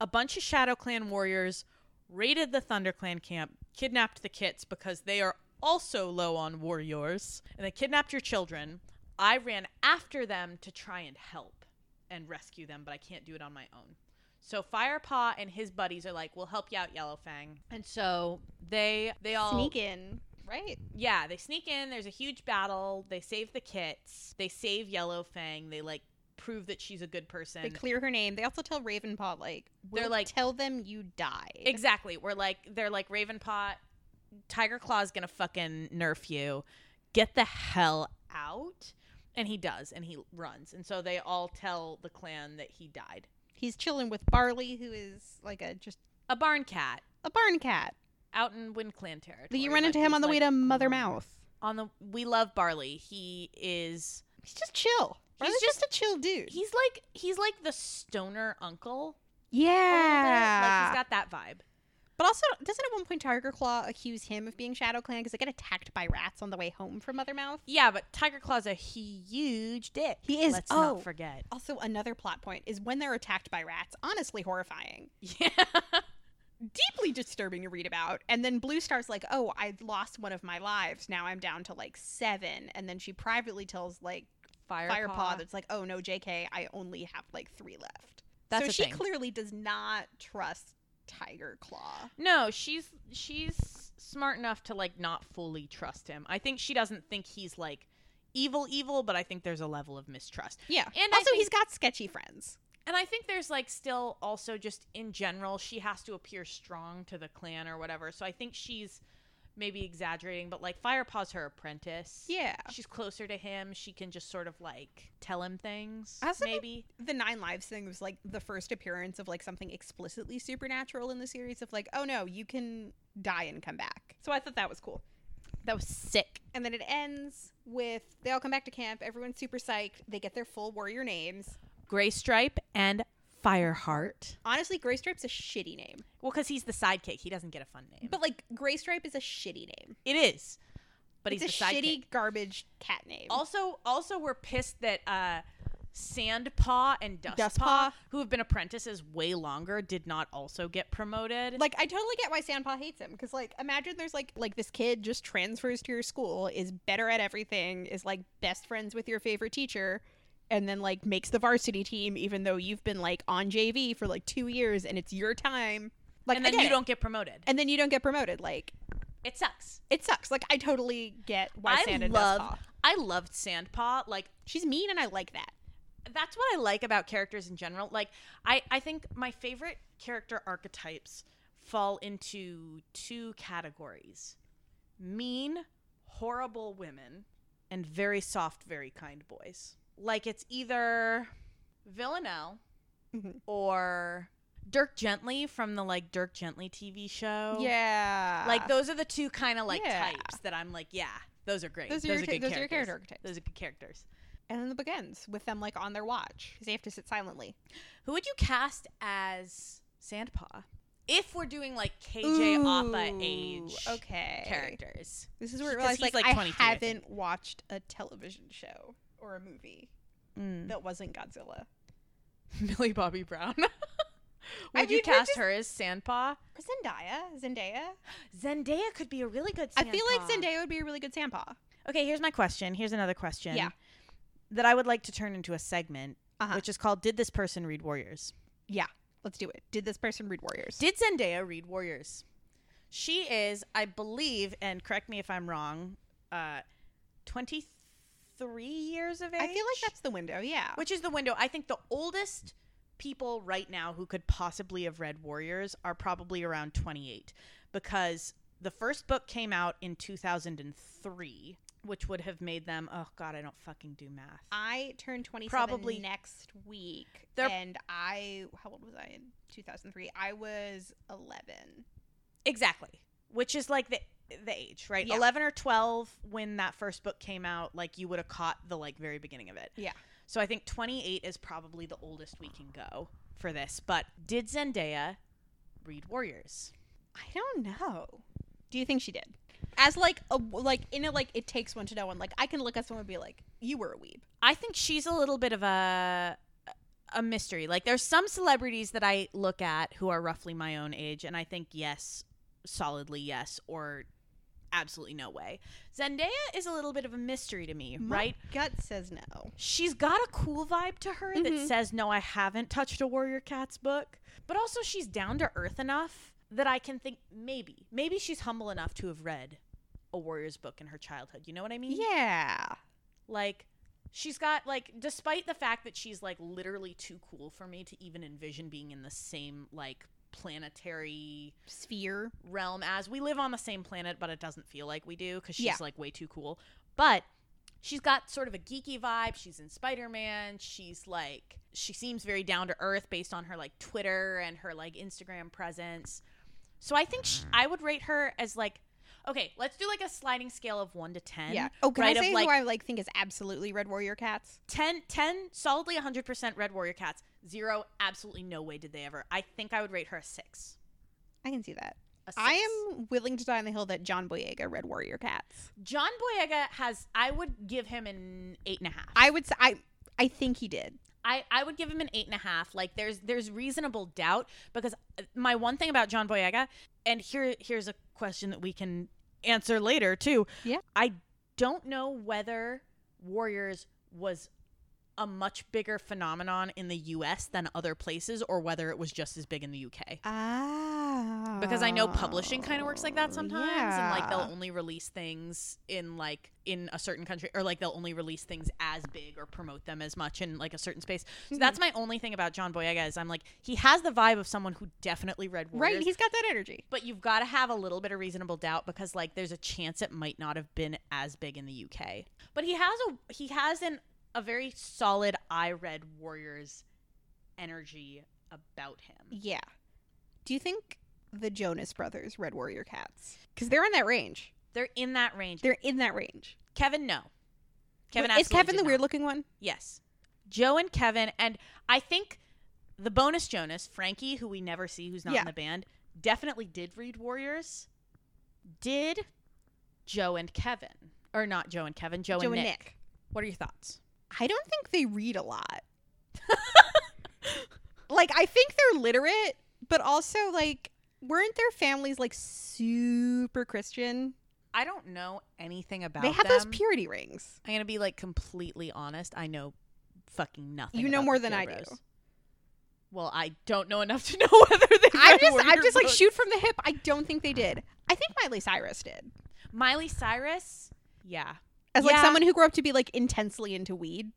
Speaker 1: A bunch of Shadow Clan warriors raided the Thunder Clan camp, kidnapped the kits because they are also low on warriors, and they kidnapped your children. I ran after them to try and help and rescue them, but I can't do it on my own." So Firepaw and his buddies are like, "We'll help you out, Yellow Fang." And so they they all
Speaker 2: sneak in, right?
Speaker 1: yeah, they sneak in. There's a huge battle. They save the kits. They save Yellow Fang. They like prove that she's a good person.
Speaker 2: They clear her name. They also tell Ravenpaw like
Speaker 1: They're
Speaker 2: we'll
Speaker 1: like-
Speaker 2: tell them you died.
Speaker 1: exactly. We're like they're like Ravenpaw, Tiger Claw's gonna fucking nerf you. Get the hell out. And he does, and he runs. And so they all tell the clan that he died.
Speaker 2: He's chilling with Barley, who is like a just
Speaker 1: A barn cat
Speaker 2: a barn cat.
Speaker 1: out in Wind Clan territory.
Speaker 2: You run
Speaker 1: Like,
Speaker 2: into him
Speaker 1: he's,
Speaker 2: on the way
Speaker 1: like,
Speaker 2: to Mother
Speaker 1: alone.
Speaker 2: Mouth.
Speaker 1: On the we love Barley. He is
Speaker 2: He's just chill.
Speaker 1: He's
Speaker 2: He's just, a chill dude.
Speaker 1: he's like he's like the stoner uncle. a little bit.
Speaker 2: yeah.
Speaker 1: Like he's got that vibe.
Speaker 2: But also, doesn't at one point Tiger Claw accuse him of being Shadow Clan because they get attacked by rats on the way home from Mother Mouth?
Speaker 1: Yeah, but Tiger Claw's a huge dick.
Speaker 2: He is.
Speaker 1: Let's
Speaker 2: Oh.
Speaker 1: not forget. *laughs*
Speaker 2: Also, another plot point is when they're attacked by rats, honestly horrifying.
Speaker 1: Yeah.
Speaker 2: Deeply disturbing to read about. And then Blue Star's like, oh, I lost one of my lives. Now I'm down to like seven. And then she privately tells like Firepaw, that's like, oh no, JK, I only have like three left.
Speaker 1: That's
Speaker 2: so
Speaker 1: a
Speaker 2: she
Speaker 1: thing.
Speaker 2: clearly does not trust Tiger Claw.
Speaker 1: No, she's she's smart enough to like not fully trust him. I think she doesn't think he's like evil evil, but I think there's a level of mistrust.
Speaker 2: Yeah.
Speaker 1: And I
Speaker 2: also,
Speaker 1: think-
Speaker 2: he's got sketchy friends.
Speaker 1: And I think there's like still also just in general, she has to appear strong to the clan or whatever. So I think she's maybe exaggerating, but like Firepaw's her apprentice.
Speaker 2: Yeah.
Speaker 1: She's closer to him. She can just sort of like tell him things.
Speaker 2: Hasn't it-
Speaker 1: maybe.
Speaker 2: The Nine Lives thing was like the first appearance of like something explicitly supernatural in the series of like, oh no, you can die and come back. So I thought that was cool.
Speaker 1: That was sick.
Speaker 2: And then it ends with they all come back to camp. Everyone's super psyched. They get their full warrior names.
Speaker 1: Gray Stripe and Fireheart.
Speaker 2: Honestly, Gray Stripe's a shitty name.
Speaker 1: Well, because he's the sidekick. He doesn't get a fun name.
Speaker 2: But like Gray Stripe is a shitty name.
Speaker 1: it is. But
Speaker 2: it's
Speaker 1: he's the
Speaker 2: a
Speaker 1: sidekick.
Speaker 2: shitty garbage cat name.
Speaker 1: Also, also we're pissed that uh, Sandpaw and Dustpaw,
Speaker 2: Dustpaw.
Speaker 1: who have been apprentices way longer, did not also get promoted.
Speaker 2: like I totally get why Sandpaw hates him because like imagine there's like like this kid just transfers to your school is better at everything is like best friends with your favorite teacher and then like makes the varsity team even though you've been like on JV for like 2 years and it's your time like
Speaker 1: and
Speaker 2: I
Speaker 1: then
Speaker 2: get
Speaker 1: you
Speaker 2: it.
Speaker 1: don't get promoted.
Speaker 2: and then you don't get promoted like
Speaker 1: It sucks.
Speaker 2: it sucks like I totally get why
Speaker 1: I
Speaker 2: Sand and
Speaker 1: love.
Speaker 2: Dustpaw.
Speaker 1: I loved Sandpaw. Like
Speaker 2: She's mean and I like that.
Speaker 1: that's what I like about characters in general. Like I, I think my favorite character archetypes fall into two categories: mean, horrible women, and very soft, very kind boys. Like it's either Villanelle
Speaker 2: Mhm.
Speaker 1: or Dirk Gently from the like Dirk Gently TV show.
Speaker 2: Yeah.
Speaker 1: Oh. Like those are the two kind of like
Speaker 2: Yeah.
Speaker 1: types that I'm like, yeah, those are great.
Speaker 2: Those
Speaker 1: Those
Speaker 2: are
Speaker 1: are,
Speaker 2: your ta-
Speaker 1: good
Speaker 2: those are
Speaker 1: characters.
Speaker 2: your character archetypes.
Speaker 1: Those are good characters.
Speaker 2: and then the book ends with them like on their watch cuz they have to sit silently.
Speaker 1: Who would you cast as Sandpaw? If we're doing like KJ Appa
Speaker 2: Ooh,
Speaker 1: age
Speaker 2: okay.
Speaker 1: characters.
Speaker 2: This is where it
Speaker 1: Because
Speaker 2: realized
Speaker 1: he's,
Speaker 2: like,
Speaker 1: like,
Speaker 2: I
Speaker 1: 23, I think.
Speaker 2: haven't watched a television show or a movie
Speaker 1: Mm.
Speaker 2: that wasn't Godzilla.
Speaker 1: *laughs* Millie Bobby Brown. *laughs* would
Speaker 2: I
Speaker 1: you
Speaker 2: mean, we're
Speaker 1: cast
Speaker 2: just-
Speaker 1: her as Sandpaw?
Speaker 2: Or Zendaya, Zendaya.
Speaker 1: Zendaya could be a really good
Speaker 2: I feel like
Speaker 1: Sandpaw.
Speaker 2: Zendaya would be a really good Sandpaw.
Speaker 1: Okay, here's my question. Here's another question.
Speaker 2: Yeah.
Speaker 1: That I would like to turn into a segment,
Speaker 2: Uh-huh.
Speaker 1: which is called Did This Person Read Warriors?
Speaker 2: Yeah, let's do it. Did this person read Warriors?
Speaker 1: Did Zendaya read Warriors? She is, I believe, and correct me if I'm wrong, uh, 23 years of age.
Speaker 2: I feel like that's the window. Yeah,
Speaker 1: Which is the window. I think the oldest people right now who could possibly have read Warriors are probably around 28 because the first book came out in 2003, which would have made them, oh God, I don't fucking do math.
Speaker 2: I turned twenty
Speaker 1: Probably-
Speaker 2: probably next week,
Speaker 1: They're-
Speaker 2: and I how old was I in two thousand three? I was eleven.
Speaker 1: Exactly. Which is like the the age, right?
Speaker 2: Yeah.
Speaker 1: 11 or 12 when that first book came out, like you would have caught the like very beginning of it.
Speaker 2: Yeah.
Speaker 1: So I think 28 is probably the oldest we can go for this. But did Zendaya read Warriors?
Speaker 2: I don't know. Do you think she did? As like a like in a like it takes one to know one. Like I can look at someone and be like, you were a weeb.
Speaker 1: I think she's a little bit of a a mystery. Like there's some celebrities that I look at who are roughly my own age and I think yes, solidly yes or absolutely no way. Zendaya is a little bit of a mystery to me,
Speaker 2: My
Speaker 1: right?
Speaker 2: gut says no.
Speaker 1: she's got a cool vibe to her that
Speaker 2: Mhm.
Speaker 1: says no i haven't touched a warrior cats book but also she's down to earth enough that i can think maybe maybe she's humble enough to have read a warrior's book in her childhood you know what i mean
Speaker 2: Yeah.
Speaker 1: like she's got like despite the fact that she's like literally too cool for me to even envision being in the same like planetary
Speaker 2: Sphere.
Speaker 1: realm as we live on the same planet, but it doesn't feel like we do because she's
Speaker 2: Yeah.
Speaker 1: like way too cool. But she's got sort of a geeky vibe. She's in Spider Man. She's like, she seems very down to earth based on her like Twitter and her like Instagram presence. So I think sh I would rate her as like, okay, let's do like a sliding scale of one to 10.
Speaker 2: Yeah. Oh, can
Speaker 1: right,
Speaker 2: I
Speaker 1: of,
Speaker 2: say
Speaker 1: like-
Speaker 2: who I like think is absolutely Red Warrior Cats?
Speaker 1: 10, 10 solidly 100% Red Warrior Cats. Zero, absolutely no way did they ever. I think I would rate her a six.
Speaker 2: I can see that.
Speaker 1: A six.
Speaker 2: I am willing to die on the hill that John Boyega read Warrior Cats.
Speaker 1: John Boyega has. I would give him an eight and a half.
Speaker 2: I would. s- I. I think he did.
Speaker 1: I, I would give him an eight and a half. Like there's there's reasonable doubt because uh, my one thing about John Boyega, and here here's a question that we can answer later too.
Speaker 2: Yeah.
Speaker 1: I don't know whether Warriors was a much bigger phenomenon in the US than other places or whether it was just as big in the UK.
Speaker 2: Ah.
Speaker 1: Because I know publishing kind of works like that sometimes and like they'll only release things in like in a certain country or like they'll only release things as big or promote them as much in like a certain space. So that's my only thing about John Boyega is I'm like he has the vibe of someone who definitely read Warriors
Speaker 2: Right, he's got that energy.
Speaker 1: but you've got to have a little bit of reasonable doubt because like there's a chance it might not have been as big in the UK. But he has a he has an a very solid I read Warriors energy about him.
Speaker 2: Yeah. Do you think the Jonas Brothers read Warrior Cats? Because they're in that range.
Speaker 1: They're in that range.
Speaker 2: They're in that range.
Speaker 1: Kevin, no. Kevin
Speaker 2: Wait, is
Speaker 1: absolutely
Speaker 2: Kevin
Speaker 1: did
Speaker 2: the
Speaker 1: not.
Speaker 2: weird looking one?
Speaker 1: Yes. Joe and Kevin and I think the bonus Jonas, Frankie, who we never see who's not
Speaker 2: Yeah.
Speaker 1: in the band, definitely did read Warriors. Did Joe and Kevin. Or not Joe and Kevin, Joe,
Speaker 2: Joe
Speaker 1: and
Speaker 2: and
Speaker 1: Oh, Nick.
Speaker 2: Nick.
Speaker 1: What are your thoughts?
Speaker 2: I don't think they read
Speaker 1: *laughs*
Speaker 2: a lot. like I think they're literate, but also like weren't their families like super Christian?
Speaker 1: I don't know anything about
Speaker 2: they have
Speaker 1: them.
Speaker 2: those
Speaker 1: *laughs*
Speaker 2: purity rings.
Speaker 1: I'm gonna be like completely honest. I know fucking nothing.
Speaker 2: You know
Speaker 1: about
Speaker 2: more
Speaker 1: the
Speaker 2: than I do.
Speaker 1: Gilroys. Well, I don't know enough to *laughs* know whether they.
Speaker 2: I'm
Speaker 1: read
Speaker 2: just
Speaker 1: Warrior
Speaker 2: I'm just like
Speaker 1: books.
Speaker 2: shoot from the hip. I don't think they did. I think Miley Cyrus did.
Speaker 1: Miley Cyrus. Yeah,
Speaker 2: As like
Speaker 1: Yeah.
Speaker 2: someone who grew up to be like intensely into weed.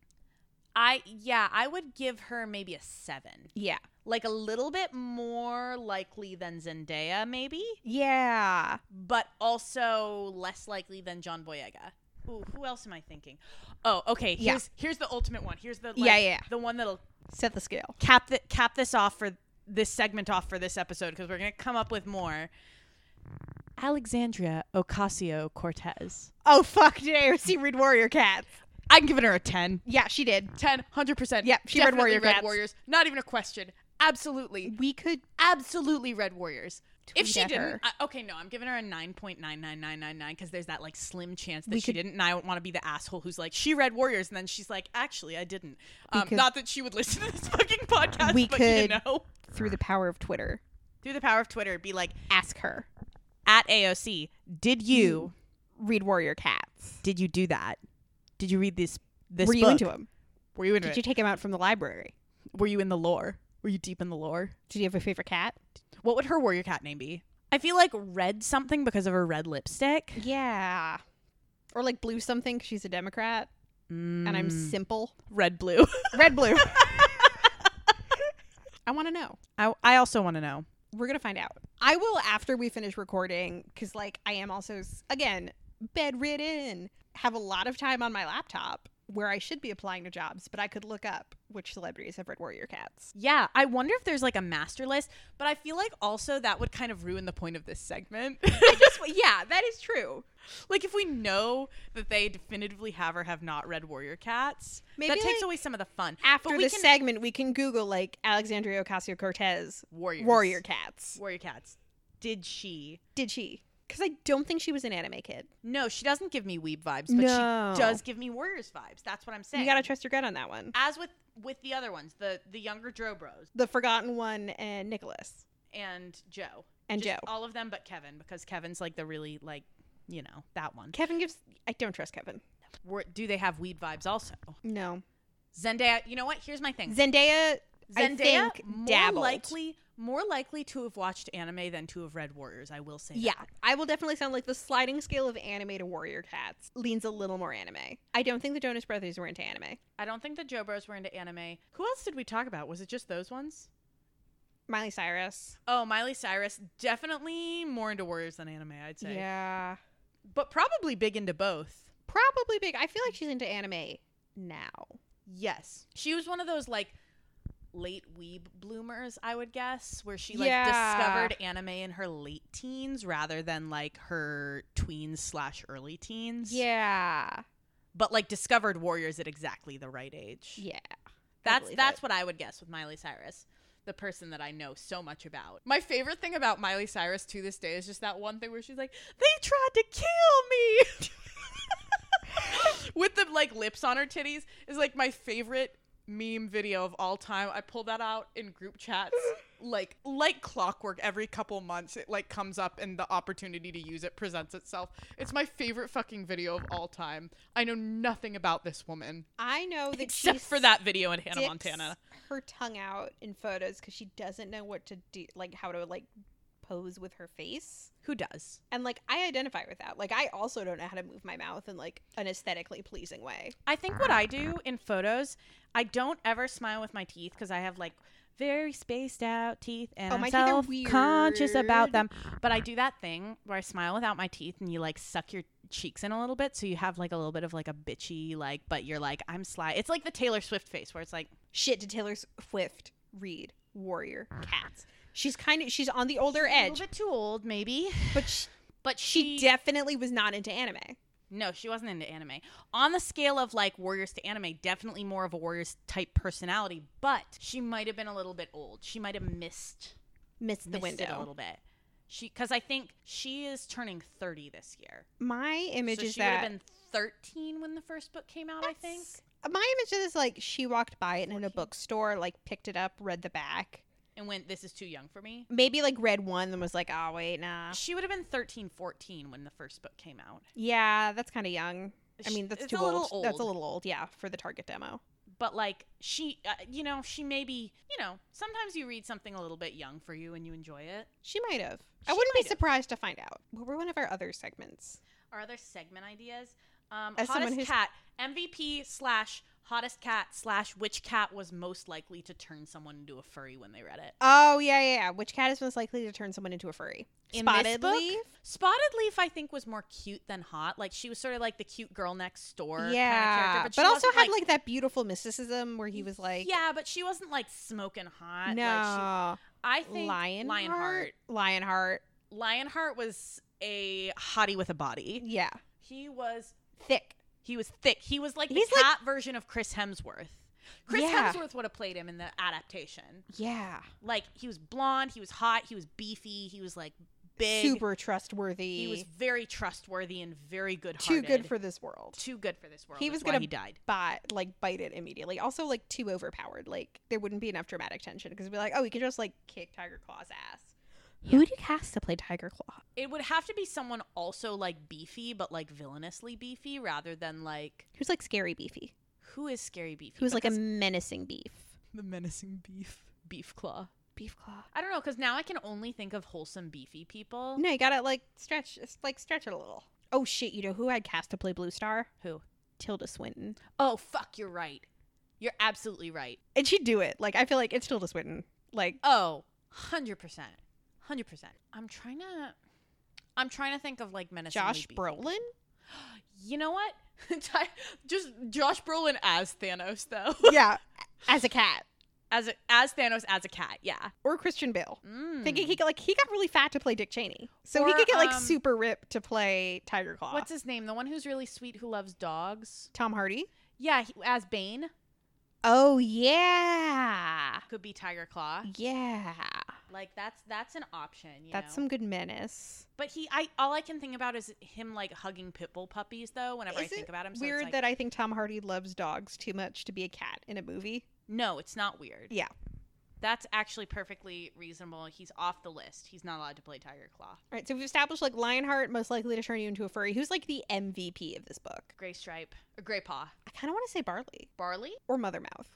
Speaker 1: I yeah I would give her maybe a seven,
Speaker 2: Yeah.
Speaker 1: like a little bit more likely than Zendaya maybe,
Speaker 2: Yeah.
Speaker 1: but also less likely than John Boyega. Ooh, who else am I thinking? Oh, okay.
Speaker 2: Yeah.
Speaker 1: Here's here's the ultimate one. Here's the like,
Speaker 2: Yeah, yeah.
Speaker 1: the one that'll
Speaker 2: Set the scale.
Speaker 1: cap the, cap this off for this segment off for this episode because we're gonna come up with more. Alexandria Ocasio Cortez.
Speaker 2: Oh fuck, did I ever see Read Warrior Cats?
Speaker 1: I'm giving her a 10.
Speaker 2: Yeah, she did.
Speaker 1: 10, 100%.
Speaker 2: Yep, she read
Speaker 1: Definitely
Speaker 2: Warrior
Speaker 1: read
Speaker 2: Cats.
Speaker 1: Warriors. Not even a question. Absolutely.
Speaker 2: We could
Speaker 1: Absolutely read Warriors. if
Speaker 2: Tweet
Speaker 1: she
Speaker 2: at
Speaker 1: didn't,
Speaker 2: her.
Speaker 1: I, okay, no, I'm giving her a 9.99999 because there's that like slim chance that
Speaker 2: We
Speaker 1: she
Speaker 2: could-
Speaker 1: didn't. And I don't want to be the asshole who's like, she read Warriors. And then she's like, actually, I didn't. Um,
Speaker 2: could-
Speaker 1: not that she would listen to this *laughs* fucking podcast,
Speaker 2: We
Speaker 1: but you
Speaker 2: could-
Speaker 1: know.
Speaker 2: through the power of Twitter
Speaker 1: Through the power of Twitter, be like,
Speaker 2: ask her
Speaker 1: at AOC, did you
Speaker 2: read Warrior Cats.
Speaker 1: did you do that? Did you read this this
Speaker 2: Were you
Speaker 1: book?
Speaker 2: into him?
Speaker 1: Were you into
Speaker 2: Did
Speaker 1: it?
Speaker 2: you take him out from the library?
Speaker 1: Were you in the lore? Were you deep in the lore?
Speaker 2: Did you have a favorite cat?
Speaker 1: What would her warrior cat name be? I feel like red something because of her red lipstick.
Speaker 2: Yeah. Or like blue something 'cause she's a Democrat and I'm
Speaker 1: Hmm.
Speaker 2: simple.
Speaker 1: red blue.
Speaker 2: Red *laughs* blue. I want to know.
Speaker 1: I, I also want to know.
Speaker 2: We're going to find out. I will after we finish recording because, like, I am also, s- again, bedridden, have a lot of time on my laptop where I should be applying to jobs, but I could look up which celebrities have read Warrior Cats.
Speaker 1: Yeah, I wonder if there's like a master list, but I feel like also that would kind of ruin the point of this segment. *laughs*
Speaker 2: Just,
Speaker 1: Uh,
Speaker 2: yeah, that is true.
Speaker 1: like if we know that they definitively have or have not read warrior cats,
Speaker 2: Maybe,
Speaker 1: that takes
Speaker 2: like,
Speaker 1: away some of the fun.
Speaker 2: After
Speaker 1: But we
Speaker 2: this
Speaker 1: can-
Speaker 2: segment, we can Google like Alexandria Ocasio Cortez
Speaker 1: warriors.
Speaker 2: Warrior Cats.
Speaker 1: Warrior cats. Did she
Speaker 2: Did she? Because I don't think she was an anime kid.
Speaker 1: No, she doesn't give me weeb vibes, but
Speaker 2: No.
Speaker 1: she does give me warriors vibes. That's what I'm saying.
Speaker 2: You gotta trust your gut on that one.
Speaker 1: as with with the other ones, the the younger Joe Bros
Speaker 2: The Forgotten One and Nicholas
Speaker 1: and Joe
Speaker 2: and
Speaker 1: Just
Speaker 2: Joe.
Speaker 1: all of them but Kevin because Kevin's like the really like you know that one.
Speaker 2: Kevin gives. I don't trust Kevin.
Speaker 1: Were, do they have weed vibes also?
Speaker 2: No.
Speaker 1: Zendaya, you know what? Here's my thing.
Speaker 2: Zendaya. I
Speaker 1: Zendaya
Speaker 2: think
Speaker 1: more
Speaker 2: dabbled.
Speaker 1: likely more likely to have watched anime than to have read Warriors. I will say. that.
Speaker 2: Yeah, I will definitely sound like the sliding scale of anime to Warrior Cats leans a little more anime. I don't think the Jonas Brothers were into anime.
Speaker 1: I don't think the Joe Bros were into anime. Who else did we talk about? Was it just those ones?
Speaker 2: Miley Cyrus.
Speaker 1: Oh, Miley Cyrus definitely more into Warriors than anime. I'd say.
Speaker 2: Yeah.
Speaker 1: but probably big into both.
Speaker 2: Probably big. I feel like she's into anime now.
Speaker 1: Yes. She was one of those like late weeb bloomers, I would guess, where she like
Speaker 2: Yeah.
Speaker 1: discovered anime in her late teens rather than like her tweens slash early teens.
Speaker 2: Yeah.
Speaker 1: But like discovered warriors at exactly the right age.
Speaker 2: Yeah. I
Speaker 1: That's
Speaker 2: believe
Speaker 1: that's
Speaker 2: it.
Speaker 1: what I would guess with Miley Cyrus. The person that I know so much about. My favorite thing about Miley Cyrus to this day is just that one thing where she's like, "They tried to kill me," *laughs* with the like lips on her titties is like my favorite meme video of all time. I pulled that out in group chats like like clockwork every couple months it like comes up and the opportunity to use it presents itself it's my favorite fucking video of all time i know nothing about this woman
Speaker 2: I know that she
Speaker 1: except for that video in hannah
Speaker 2: sticks
Speaker 1: montana
Speaker 2: Her tongue out in photos because she doesn't know what to do, like how to like pose with her face.
Speaker 1: who does
Speaker 2: And like I identify with that. Like I also don't know how to move my mouth in like an aesthetically pleasing way.
Speaker 1: I think what I do in photos, I don't ever smile with my teeth because I have like very spaced out teeth and
Speaker 2: Oh,
Speaker 1: I'm
Speaker 2: my teeth are
Speaker 1: self conscious about
Speaker 2: weird.
Speaker 1: them. But I do that thing where I smile without my teeth and you like suck your cheeks in a little bit so you have like a little bit of like a bitchy like but you're like I'm sly. It's like the Taylor Swift face where it's like
Speaker 2: Shit, did Taylor Swift read Warrior Cats? She's kind of she's on the older
Speaker 1: a
Speaker 2: edge,
Speaker 1: little bit too old maybe.
Speaker 2: but she,
Speaker 1: But
Speaker 2: she definitely was not into anime.
Speaker 1: No, she wasn't into anime. On the scale of like warriors to anime, definitely more of a warriors type personality, but she might have been a little bit old. She might have missed
Speaker 2: Missed the
Speaker 1: missed
Speaker 2: window.
Speaker 1: it a little bit. She because I think she is turning thirty this year.
Speaker 2: My image
Speaker 1: so
Speaker 2: is
Speaker 1: she would
Speaker 2: that
Speaker 1: have been thirteen when the first book came out. I think
Speaker 2: my image is like she walked by it in a bookstore, like picked it up, read the back,
Speaker 1: and went. This is too young for me.
Speaker 2: maybe like read one and was like, oh wait, nah.
Speaker 1: She would have been 13, 14 when the first book came out.
Speaker 2: Yeah, that's kind of young. I
Speaker 1: Sh-
Speaker 2: mean, that's
Speaker 1: it's
Speaker 2: too
Speaker 1: a little
Speaker 2: old. That's a
Speaker 1: old.
Speaker 2: little old, yeah, for the target demo.
Speaker 1: But like she, uh, you know, she maybe, you know, sometimes you read something a little bit young for you and you enjoy it.
Speaker 2: She might have. I
Speaker 1: She
Speaker 2: wouldn't be
Speaker 1: might have.
Speaker 2: surprised to find out. What were one of our other segments?
Speaker 1: Our other segment ideas. Um,
Speaker 2: As someone
Speaker 1: hottest
Speaker 2: who's-
Speaker 1: cat MVP slash hottest cat slash which cat was most likely to turn someone into a furry when they read it.
Speaker 2: Oh yeah, yeah. yeah. Which cat is most likely to turn someone into a furry?
Speaker 1: In this book?
Speaker 2: leaf.
Speaker 1: Spotted Leaf, I think, was more cute than hot. Like she was sort of like the cute girl next door. kind of
Speaker 2: Yeah,
Speaker 1: character,
Speaker 2: but,
Speaker 1: she
Speaker 2: also
Speaker 1: wasn't,
Speaker 2: had like, that beautiful mysticism where he was like,
Speaker 1: yeah, but she wasn't like smoking hot. like, she,
Speaker 2: no,
Speaker 1: I think
Speaker 2: Lionheart,
Speaker 1: Lionheart.
Speaker 2: Lionheart,
Speaker 1: Lionheart was a hottie with a body.
Speaker 2: yeah,
Speaker 1: He was
Speaker 2: thick.
Speaker 1: he was thick. He was like the
Speaker 2: He's like-
Speaker 1: cat version of Chris Hemsworth. Chris
Speaker 2: Yeah.
Speaker 1: Hemsworth would have played him in the adaptation.
Speaker 2: Yeah,
Speaker 1: Like he was blonde, he was hot, he was beefy, he was like big.
Speaker 2: super trustworthy.
Speaker 1: He was very trustworthy and very good.
Speaker 2: too good for this world.
Speaker 1: too good for this world.
Speaker 2: He
Speaker 1: He was
Speaker 2: was
Speaker 1: why
Speaker 2: gonna
Speaker 1: he died.
Speaker 2: But like bite it immediately. Also like too overpowered. Like there wouldn't be enough dramatic tension because it'd be like, oh, we could just like kick Tiger Claw's ass. Who do you cast to play Tiger Claw?
Speaker 1: It would have to be someone also like beefy, but like villainously beefy, rather than like
Speaker 2: Who's like scary beefy?
Speaker 1: who is scary beefy?
Speaker 2: Who's like a
Speaker 1: Because-
Speaker 2: menacing beef?
Speaker 1: the menacing beef, beef claw.
Speaker 2: Beef Claw.
Speaker 1: I don't know because now I can only think of wholesome beefy people.
Speaker 2: No, you gotta like stretch, it's, like stretch it a little. Oh shit! You know who I'd cast to play Blue Star?
Speaker 1: Who?
Speaker 2: Tilda Swinton.
Speaker 1: Oh fuck, you're right. You're absolutely right.
Speaker 2: And she'd do it. Like I feel like it's Tilda Swinton. Like
Speaker 1: Oh, 100 percent, hundred percent. I'm trying to, I'm trying to think of like menacing.
Speaker 2: Josh *laughs* Brolin.
Speaker 1: You know what? *laughs* Ty- Just Josh Brolin as Thanos though. *laughs*
Speaker 2: yeah, as a cat.
Speaker 1: as a, as Thanos as a cat. Yeah.
Speaker 2: Or Christian Bale.
Speaker 1: Mm.
Speaker 2: Thinking he got like he got really fat to play Dick Cheney, so he
Speaker 1: Or,
Speaker 2: could get like
Speaker 1: um,
Speaker 2: super ripped to play Tiger Claw.
Speaker 1: What's his name? The one who's really sweet who loves dogs.
Speaker 2: Tom Hardy?
Speaker 1: Yeah, he, as Bane
Speaker 2: Oh yeah,
Speaker 1: could be Tiger Claw.
Speaker 2: yeah.
Speaker 1: Like that's that's an option. You
Speaker 2: That's
Speaker 1: know?
Speaker 2: some good menace.
Speaker 1: But he, I all I can think about is him like hugging pit bull puppies though. Whenever I
Speaker 2: Is
Speaker 1: think
Speaker 2: it
Speaker 1: about him, so
Speaker 2: Weird
Speaker 1: it's like,
Speaker 2: that I think Tom Hardy loves dogs too much to be a cat in a movie.
Speaker 1: no, it's not weird.
Speaker 2: Yeah.
Speaker 1: That's actually perfectly reasonable. He's off the list. He's not allowed to play Tiger Claw.
Speaker 2: All right, so we've established like Lionheart most likely to turn you into a furry. Who's like the MVP of this book?
Speaker 1: Gray Stripe, or Gray Paw,
Speaker 2: I kind of want to say Barley
Speaker 1: Barley. *laughs*
Speaker 2: or Mothermouth.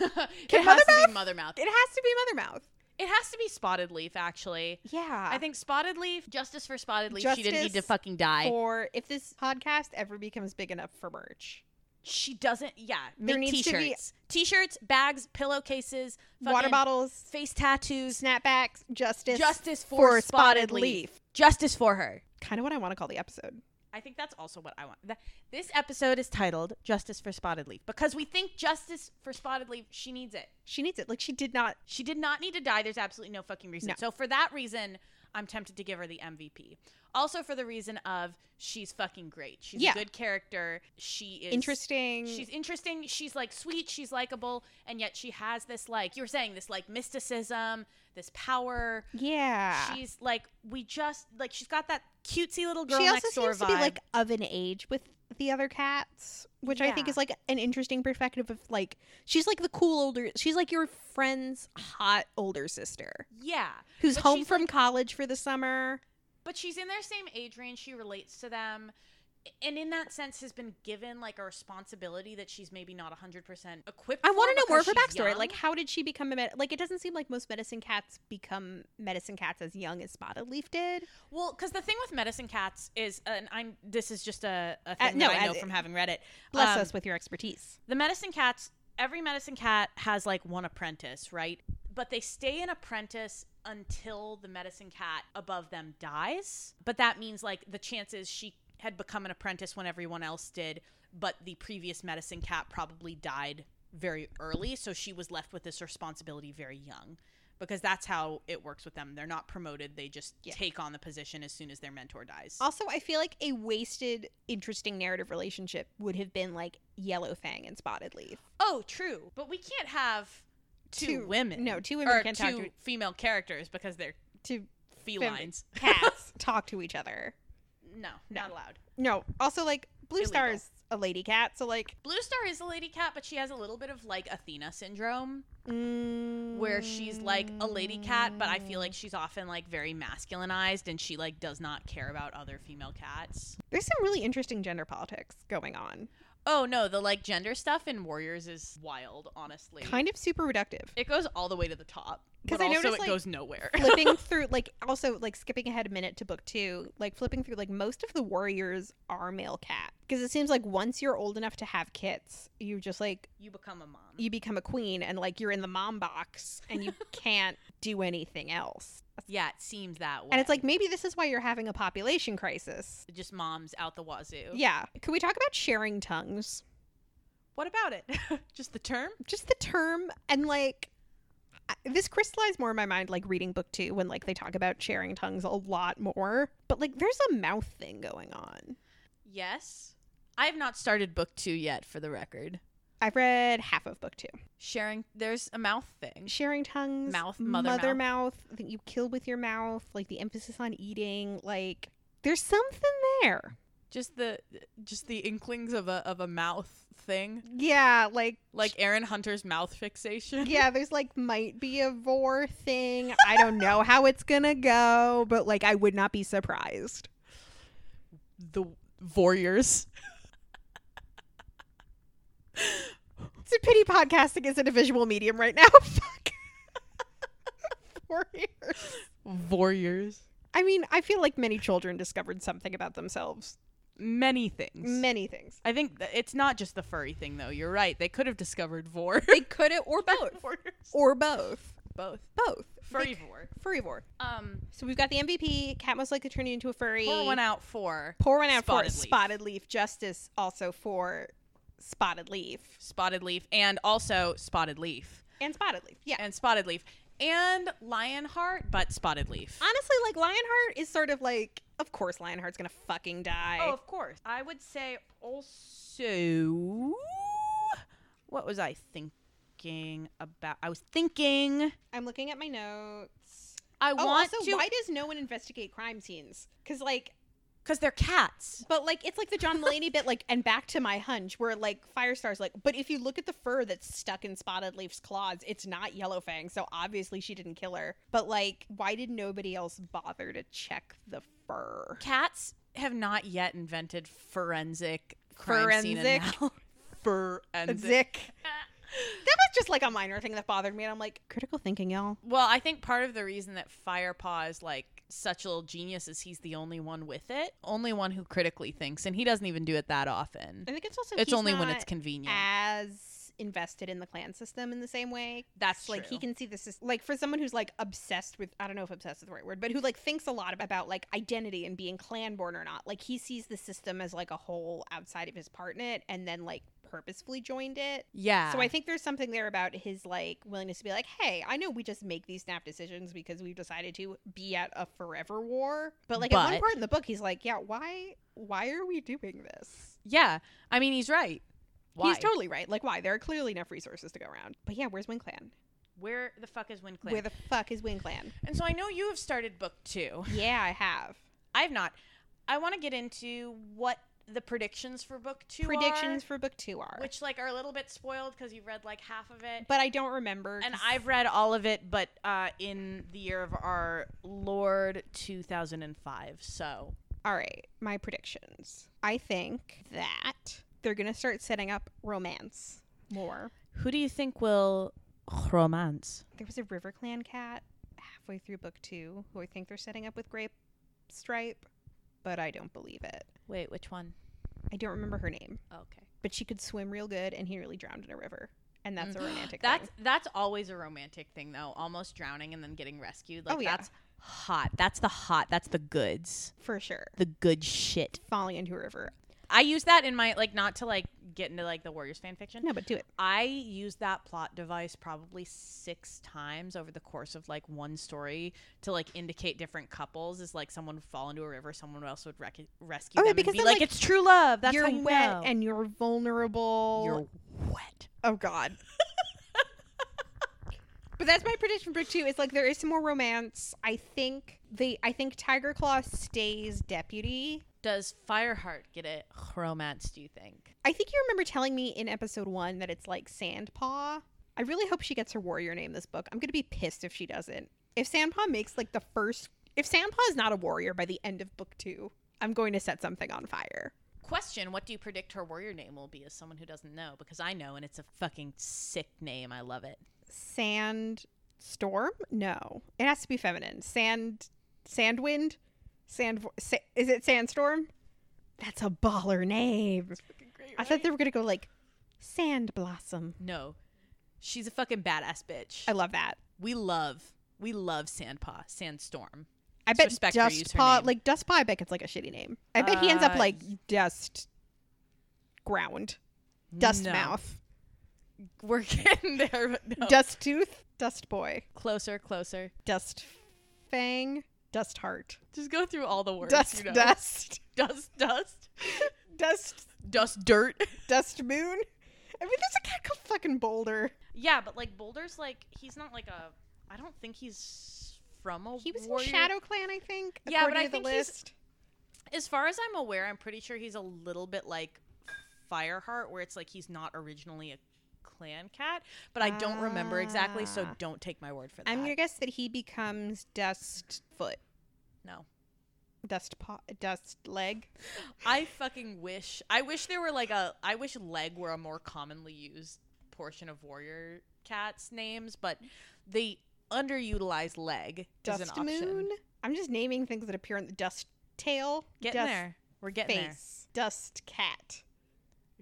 Speaker 1: it
Speaker 2: Can
Speaker 1: has to be Mothermouth.
Speaker 2: It has to be Mothermouth.
Speaker 1: It has to be Spotted Leaf. Actually,
Speaker 2: Yeah.
Speaker 1: I think Spotted Leaf. Justice for Spotted Leaf. she didn't need to
Speaker 2: Justice
Speaker 1: fucking die.
Speaker 2: or if this podcast ever becomes big enough for merch.
Speaker 1: She doesn't. Yeah,
Speaker 2: There
Speaker 1: make
Speaker 2: needs to be-
Speaker 1: t-shirts, t-shirts, bags, pillowcases,
Speaker 2: Water
Speaker 1: fucking
Speaker 2: bottles,
Speaker 1: face tattoos.
Speaker 2: snapbacks, justice,
Speaker 1: Justice for, spotted, leaf. Justice for her.
Speaker 2: Kind of what I want to call the episode.
Speaker 1: I think that's also what I want. Th- This episode is titled "Justice for Spotted Leaf" because we think justice for Spotted Leaf. She needs it.
Speaker 2: She needs it. Like she did not.
Speaker 1: She did not need to die. There's absolutely no fucking reason.
Speaker 2: No.
Speaker 1: So for that reason, I'm tempted to give her the MVP. Also for the reason of she's fucking great. She's
Speaker 2: Yeah.
Speaker 1: a good character. She is
Speaker 2: Interesting.
Speaker 1: She's interesting. She's like sweet. She's likable, and yet she has this like you were saying this like mysticism, this power.
Speaker 2: yeah.
Speaker 1: She's like we just like she's got that cutesy little girl
Speaker 2: she also
Speaker 1: next door
Speaker 2: seems
Speaker 1: vibe.
Speaker 2: to be like of an age with the other cats, which I think
Speaker 1: Yeah.
Speaker 2: is like an interesting perspective of like she's like the cool older she's like your friend's hot older sister
Speaker 1: Yeah.
Speaker 2: who's
Speaker 1: But
Speaker 2: home
Speaker 1: she's,
Speaker 2: from college for the summer.
Speaker 1: But she's in their same age range. She relates to them. And in that sense, has been given like a responsibility that she's maybe not 100% equipped
Speaker 2: I want to know more of
Speaker 1: because
Speaker 2: her
Speaker 1: she's
Speaker 2: backstory.
Speaker 1: young.
Speaker 2: Like, how did she become a med- like? It doesn't seem like most medicine cats become medicine cats as young as Spotted Leaf did.
Speaker 1: Well, because the thing with medicine cats is, and I'm this is just a, a
Speaker 2: Uh,
Speaker 1: thing
Speaker 2: no,
Speaker 1: that I
Speaker 2: as
Speaker 1: know
Speaker 2: it-
Speaker 1: from having read it.
Speaker 2: Bless
Speaker 1: Um,
Speaker 2: us with your expertise.
Speaker 1: The medicine cats, every medicine cat has like one apprentice, right? But they stay an apprentice until the medicine cat above them dies. But that means like the chances she had become an apprentice when everyone else did, but the previous medicine cat probably died very early. So she was left with this responsibility very young because that's how it works with them. They're not promoted, they just
Speaker 2: Yeah.
Speaker 1: take on the position as soon as their mentor dies.
Speaker 2: Also, I feel like a wasted, interesting narrative relationship would have been like Yellow Fang and Spotted Leaf.
Speaker 1: Oh, true. But we can't have two,
Speaker 2: Two-
Speaker 1: women.
Speaker 2: no, two women
Speaker 1: or
Speaker 2: can't
Speaker 1: two
Speaker 2: talk to- e,
Speaker 1: female characters because they're
Speaker 2: To
Speaker 1: felines.
Speaker 2: *laughs* cats talk to each other.
Speaker 1: No,
Speaker 2: No.
Speaker 1: not allowed.
Speaker 2: No. Also, like Blue
Speaker 1: Illegal.
Speaker 2: Star is a lady cat, so like
Speaker 1: Blue Star is a lady cat, but she has a little bit of like Athena syndrome,
Speaker 2: mm,
Speaker 1: where she's like a lady cat, but I feel like she's often like very masculinized, and she like does not care about other female cats.
Speaker 2: there's some really interesting gender politics going on.
Speaker 1: Oh no, the like gender stuff in Warriors is wild. Honestly,
Speaker 2: Kind of super
Speaker 1: *laughs*
Speaker 2: reductive.
Speaker 1: it goes all the way to the top,
Speaker 2: 'Cause
Speaker 1: but
Speaker 2: I
Speaker 1: also
Speaker 2: noticed,
Speaker 1: it
Speaker 2: like,
Speaker 1: goes
Speaker 2: *laughs*
Speaker 1: nowhere.
Speaker 2: flipping through like also like skipping ahead a minute to book two like flipping through like most of the warriors are male cat because it seems like once you're old enough to have kids you just like
Speaker 1: you become a mom.
Speaker 2: you become a queen and like you're in the mom box
Speaker 1: *laughs*
Speaker 2: and you can't do anything else
Speaker 1: yeah, it seems that way.
Speaker 2: and it's like maybe this is why you're having a population crisis
Speaker 1: just moms out the wazoo.
Speaker 2: yeah can we talk about sharing tongues
Speaker 1: What about it? *laughs* Just the term?
Speaker 2: just the term and like I- this crystallized more in my mind like reading book two when like they talk about sharing tongues a lot more but like there's a mouth thing going on
Speaker 1: Yes. I have not started book two yet, for the record.
Speaker 2: I've read half of book two.
Speaker 1: Sharing, there's a mouth thing.
Speaker 2: Sharing
Speaker 1: Mm-hmm.
Speaker 2: tongues,
Speaker 1: Mouth, mother
Speaker 2: mouth. that you kill with your mouth, like the emphasis on eating. Like there's something there.
Speaker 1: Just the, just the inklings of a of a mouth thing,
Speaker 2: Yeah, like
Speaker 1: like Aaron Hunter's mouth fixation. *laughs*
Speaker 2: yeah, there's like might be a vor thing. I don't know how it's gonna go, but like I would not be surprised.
Speaker 1: The warriors.
Speaker 2: It's a pity podcasting isn't a visual medium right now. *laughs* Fuck. Warriors.
Speaker 1: Warriors.
Speaker 2: I mean, I feel like many children discovered something about themselves.
Speaker 1: Many things.
Speaker 2: Many things.
Speaker 1: I think th- it's not just the furry thing, though. You're right. They could have discovered vor. *laughs*
Speaker 2: They could have, or both,
Speaker 1: Warriors.
Speaker 2: or both.
Speaker 1: Both.
Speaker 2: both
Speaker 1: Furry vor.
Speaker 2: furryvore.
Speaker 1: Um,
Speaker 2: So we've got the MVP. Cat most likely turning into a furry.
Speaker 1: pour one out for
Speaker 2: Pour one out
Speaker 1: Spotted
Speaker 2: for
Speaker 1: leaf.
Speaker 2: spotted leaf. Justice also for spotted leaf
Speaker 1: spotted leaf and also spotted leaf.
Speaker 2: and spotted leaf. Yeah.
Speaker 1: and spotted leaf and lionheart but spotted leaf
Speaker 2: Honestly, like Lionheart is sort of like, of course Lionheart's gonna fucking die.
Speaker 1: oh of course i would say also what was i thinking about i was thinking
Speaker 2: I'm looking at my notes.
Speaker 1: i
Speaker 2: Oh,
Speaker 1: want
Speaker 2: also,
Speaker 1: to
Speaker 2: why does no one investigate crime scenes? Because like,
Speaker 1: because they're cats
Speaker 2: but like, it's like the John Mulaney bit, like, and back to my hunch, where like Firestar's like, but if you look at the fur that's stuck in Spotted Leaf's claws, it's not Yellowfang, so obviously she didn't kill her. But like, why did nobody else bother to check the fur?
Speaker 1: cats have not yet invented forensic crime scene
Speaker 2: Forensic.
Speaker 1: anal- forensic
Speaker 2: Zick. that was just like a minor thing that bothered me, and I'm like, critical thinking, y'all.
Speaker 1: well i think part of the reason that firepaw is like such a little genius is he's the only one with it only one who critically thinks and he doesn't even do it that often
Speaker 2: I think it's also
Speaker 1: it's
Speaker 2: he's
Speaker 1: only when
Speaker 2: not
Speaker 1: it's convenient
Speaker 2: as invested in the clan system in the same way
Speaker 1: That's
Speaker 2: like he
Speaker 1: true.
Speaker 2: can see this is like for someone who's like obsessed with i don't know if obsessed is the right word but who like thinks a lot about like identity and being clan born or not like he sees the system as like a whole outside of his part in it and then like purposefully joined it
Speaker 1: Yeah.
Speaker 2: so i think there's something there about his like willingness to be like hey i know we just make these snap decisions because we've decided to be at a forever war but like at one
Speaker 1: But-
Speaker 2: part in the book he's like yeah why why are we doing this
Speaker 1: yeah. I mean, he's right. Why?
Speaker 2: He's totally right. Like, why? There are clearly enough resources to go around. But yeah, where's Wing Clan?
Speaker 1: Where the fuck is Wind Clan?
Speaker 2: Where the fuck is Wing Clan?
Speaker 1: and so I know you have started book two. *laughs*
Speaker 2: yeah, I have.
Speaker 1: I have not. I want to get into what the predictions for book two are,
Speaker 2: predictions for book two are.
Speaker 1: which like are a little bit spoiled because you've read like half of it
Speaker 2: but I don't remember.
Speaker 1: and
Speaker 2: 'cause-
Speaker 1: i've read all of it but uh in the year of our lord 2005 so
Speaker 2: all right, my predictions. I think that they're gonna start setting up romance more.
Speaker 1: who do you think will romance
Speaker 2: There was a River Clan cat halfway through book two who I think they're setting up with Grape Stripe, but I don't believe it.
Speaker 1: wait which one? Oh,
Speaker 2: I don't remember her name,
Speaker 1: Okay.
Speaker 2: but she could swim real good, and he really drowned in a river, and that's
Speaker 1: *gasps*
Speaker 2: a romantic.
Speaker 1: Mm. Mm-hmm. That's
Speaker 2: thing.
Speaker 1: that's always a romantic thing though. Almost drowning and then getting rescued. Like
Speaker 2: Oh, yeah.
Speaker 1: that's hot. That's the hot. That's the goods.
Speaker 2: for sure.
Speaker 1: The good shit.
Speaker 2: Falling into a river.
Speaker 1: I use that in my like not to like get into like the Warriors fan fiction.
Speaker 2: No, but do it.
Speaker 1: I used that plot device probably six times over the course of like one story to like indicate different couples is like someone would fall into a river, someone else would rec- rescue
Speaker 2: Oh, yeah,
Speaker 1: them
Speaker 2: because
Speaker 1: and be
Speaker 2: then,
Speaker 1: like,
Speaker 2: like,
Speaker 1: it's true love. That's
Speaker 2: you're
Speaker 1: how you
Speaker 2: wet
Speaker 1: know.
Speaker 2: and you're vulnerable.
Speaker 1: you're wet.
Speaker 2: Oh God. *laughs* but that's my prediction for two. It's like there is some more romance. I think they. I think Tiger Claw stays deputy.
Speaker 1: Does Fireheart get a romance? Do you think?
Speaker 2: I think you remember telling me in episode one that it's like Sandpaw. I really hope she gets her warrior name this book. I'm gonna be pissed if she doesn't. If Sandpaw makes like the first, if Sandpaw is not a warrior by the end of book two, I'm going to set something on fire.
Speaker 1: Question: What do you predict her warrior name will be? As someone who doesn't know, because I know, and it's a fucking sick name. I love it.
Speaker 2: Sand storm? No, it has to be feminine. Sand, sandwind, sand. Sa- is it sandstorm? That's a baller name. I thought they were gonna go like sand blossom.
Speaker 1: No, she's a fucking badass bitch.
Speaker 2: I love that.
Speaker 1: we love, we love Sandpaw, Sandstorm.
Speaker 2: I bet
Speaker 1: Respect her, use her
Speaker 2: Dustpaw,
Speaker 1: name.
Speaker 2: like Dustpaw, I bet it's like a shitty name. I bet he ends up
Speaker 1: Uh,
Speaker 2: like Dust Ground, Dust
Speaker 1: No. Oh.
Speaker 2: Mouth,
Speaker 1: We're getting there. But no.
Speaker 2: Dust Tooth, Dust Boy,
Speaker 1: closer, closer.
Speaker 2: Dust Fang, Dust Heart,
Speaker 1: Just go through all the words.
Speaker 2: Dust
Speaker 1: you know.
Speaker 2: Dust,
Speaker 1: dust, dust,
Speaker 2: Dust
Speaker 1: dust, dirt. *laughs*
Speaker 2: Dust Moon. I mean, there's a cat called fucking Boulder.
Speaker 1: yeah, but like Boulder's like he's not like a. I don't think he's from a.
Speaker 2: He was
Speaker 1: warrior-
Speaker 2: in Shadow Clan, I think.
Speaker 1: Yeah, but
Speaker 2: according
Speaker 1: I
Speaker 2: to the
Speaker 1: think he's-
Speaker 2: list.
Speaker 1: As far as I'm aware, I'm pretty sure he's a little bit like Fireheart, where it's like he's not originally a clan cat, but I don't remember exactly, so
Speaker 2: Ah.
Speaker 1: don't take my word for that.
Speaker 2: I'm gonna guess that he becomes Dust Foot,
Speaker 1: no.
Speaker 2: Dust Paw, Dust Leg.
Speaker 1: I fucking wish. I wish there were like a. I wish leg were a more commonly used portion of warrior cats' names, but they underutilize leg as an
Speaker 2: Dust
Speaker 1: option.
Speaker 2: Moon. I'm just naming things that appear in the Dust Tail,
Speaker 1: Getting
Speaker 2: Dust
Speaker 1: there. We're getting
Speaker 2: Face, Dust Cat, Dust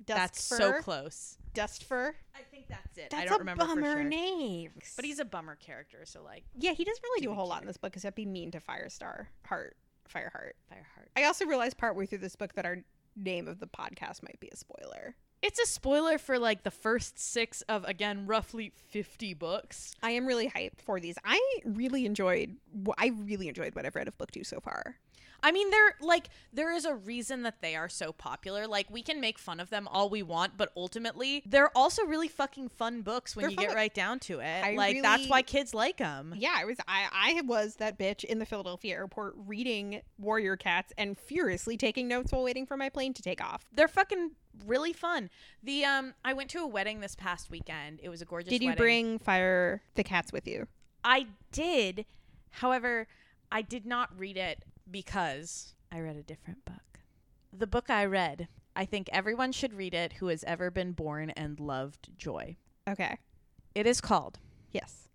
Speaker 1: there. That's
Speaker 2: Fur,
Speaker 1: so close.
Speaker 2: Dust Fur.
Speaker 1: I think that's it.
Speaker 2: That's
Speaker 1: I don't
Speaker 2: a
Speaker 1: remember
Speaker 2: bummer
Speaker 1: for sure.
Speaker 2: name.
Speaker 1: But he's a bummer character, so like
Speaker 2: yeah, he doesn't really
Speaker 1: to
Speaker 2: do a
Speaker 1: be
Speaker 2: whole lot
Speaker 1: cute.
Speaker 2: in this book except be mean to Firestar Heart, Fireheart.
Speaker 1: Fireheart.
Speaker 2: I also realized partway through this book that our name of the podcast might be a spoiler.
Speaker 1: It's a spoiler for like the first six of again roughly fifty books.
Speaker 2: I am really hyped for these. I really enjoyed. wh- I really enjoyed what I've read of book two so far.
Speaker 1: I mean, they're like there is a reason that they are so popular. Like we can make fun of them all we want, but ultimately they're also really fucking fun books when
Speaker 2: They're
Speaker 1: you
Speaker 2: fun
Speaker 1: get
Speaker 2: book-
Speaker 1: right down to it.
Speaker 2: I
Speaker 1: like that's
Speaker 2: really-
Speaker 1: why kids like them.
Speaker 2: Yeah, I was. I I was that bitch in the Philadelphia airport reading Warrior Cats and furiously taking notes while waiting for my plane to take off.
Speaker 1: They're fucking really fun. The um, I went to a wedding this past weekend. It was a gorgeous.
Speaker 2: Did you
Speaker 1: wedding.
Speaker 2: bring Fire the Cats with you?
Speaker 1: I did. However, I did not read it because I read a different book. The book I read, I think everyone should read it who has ever been born and loved joy.
Speaker 2: Okay.
Speaker 1: It is called
Speaker 2: Yes.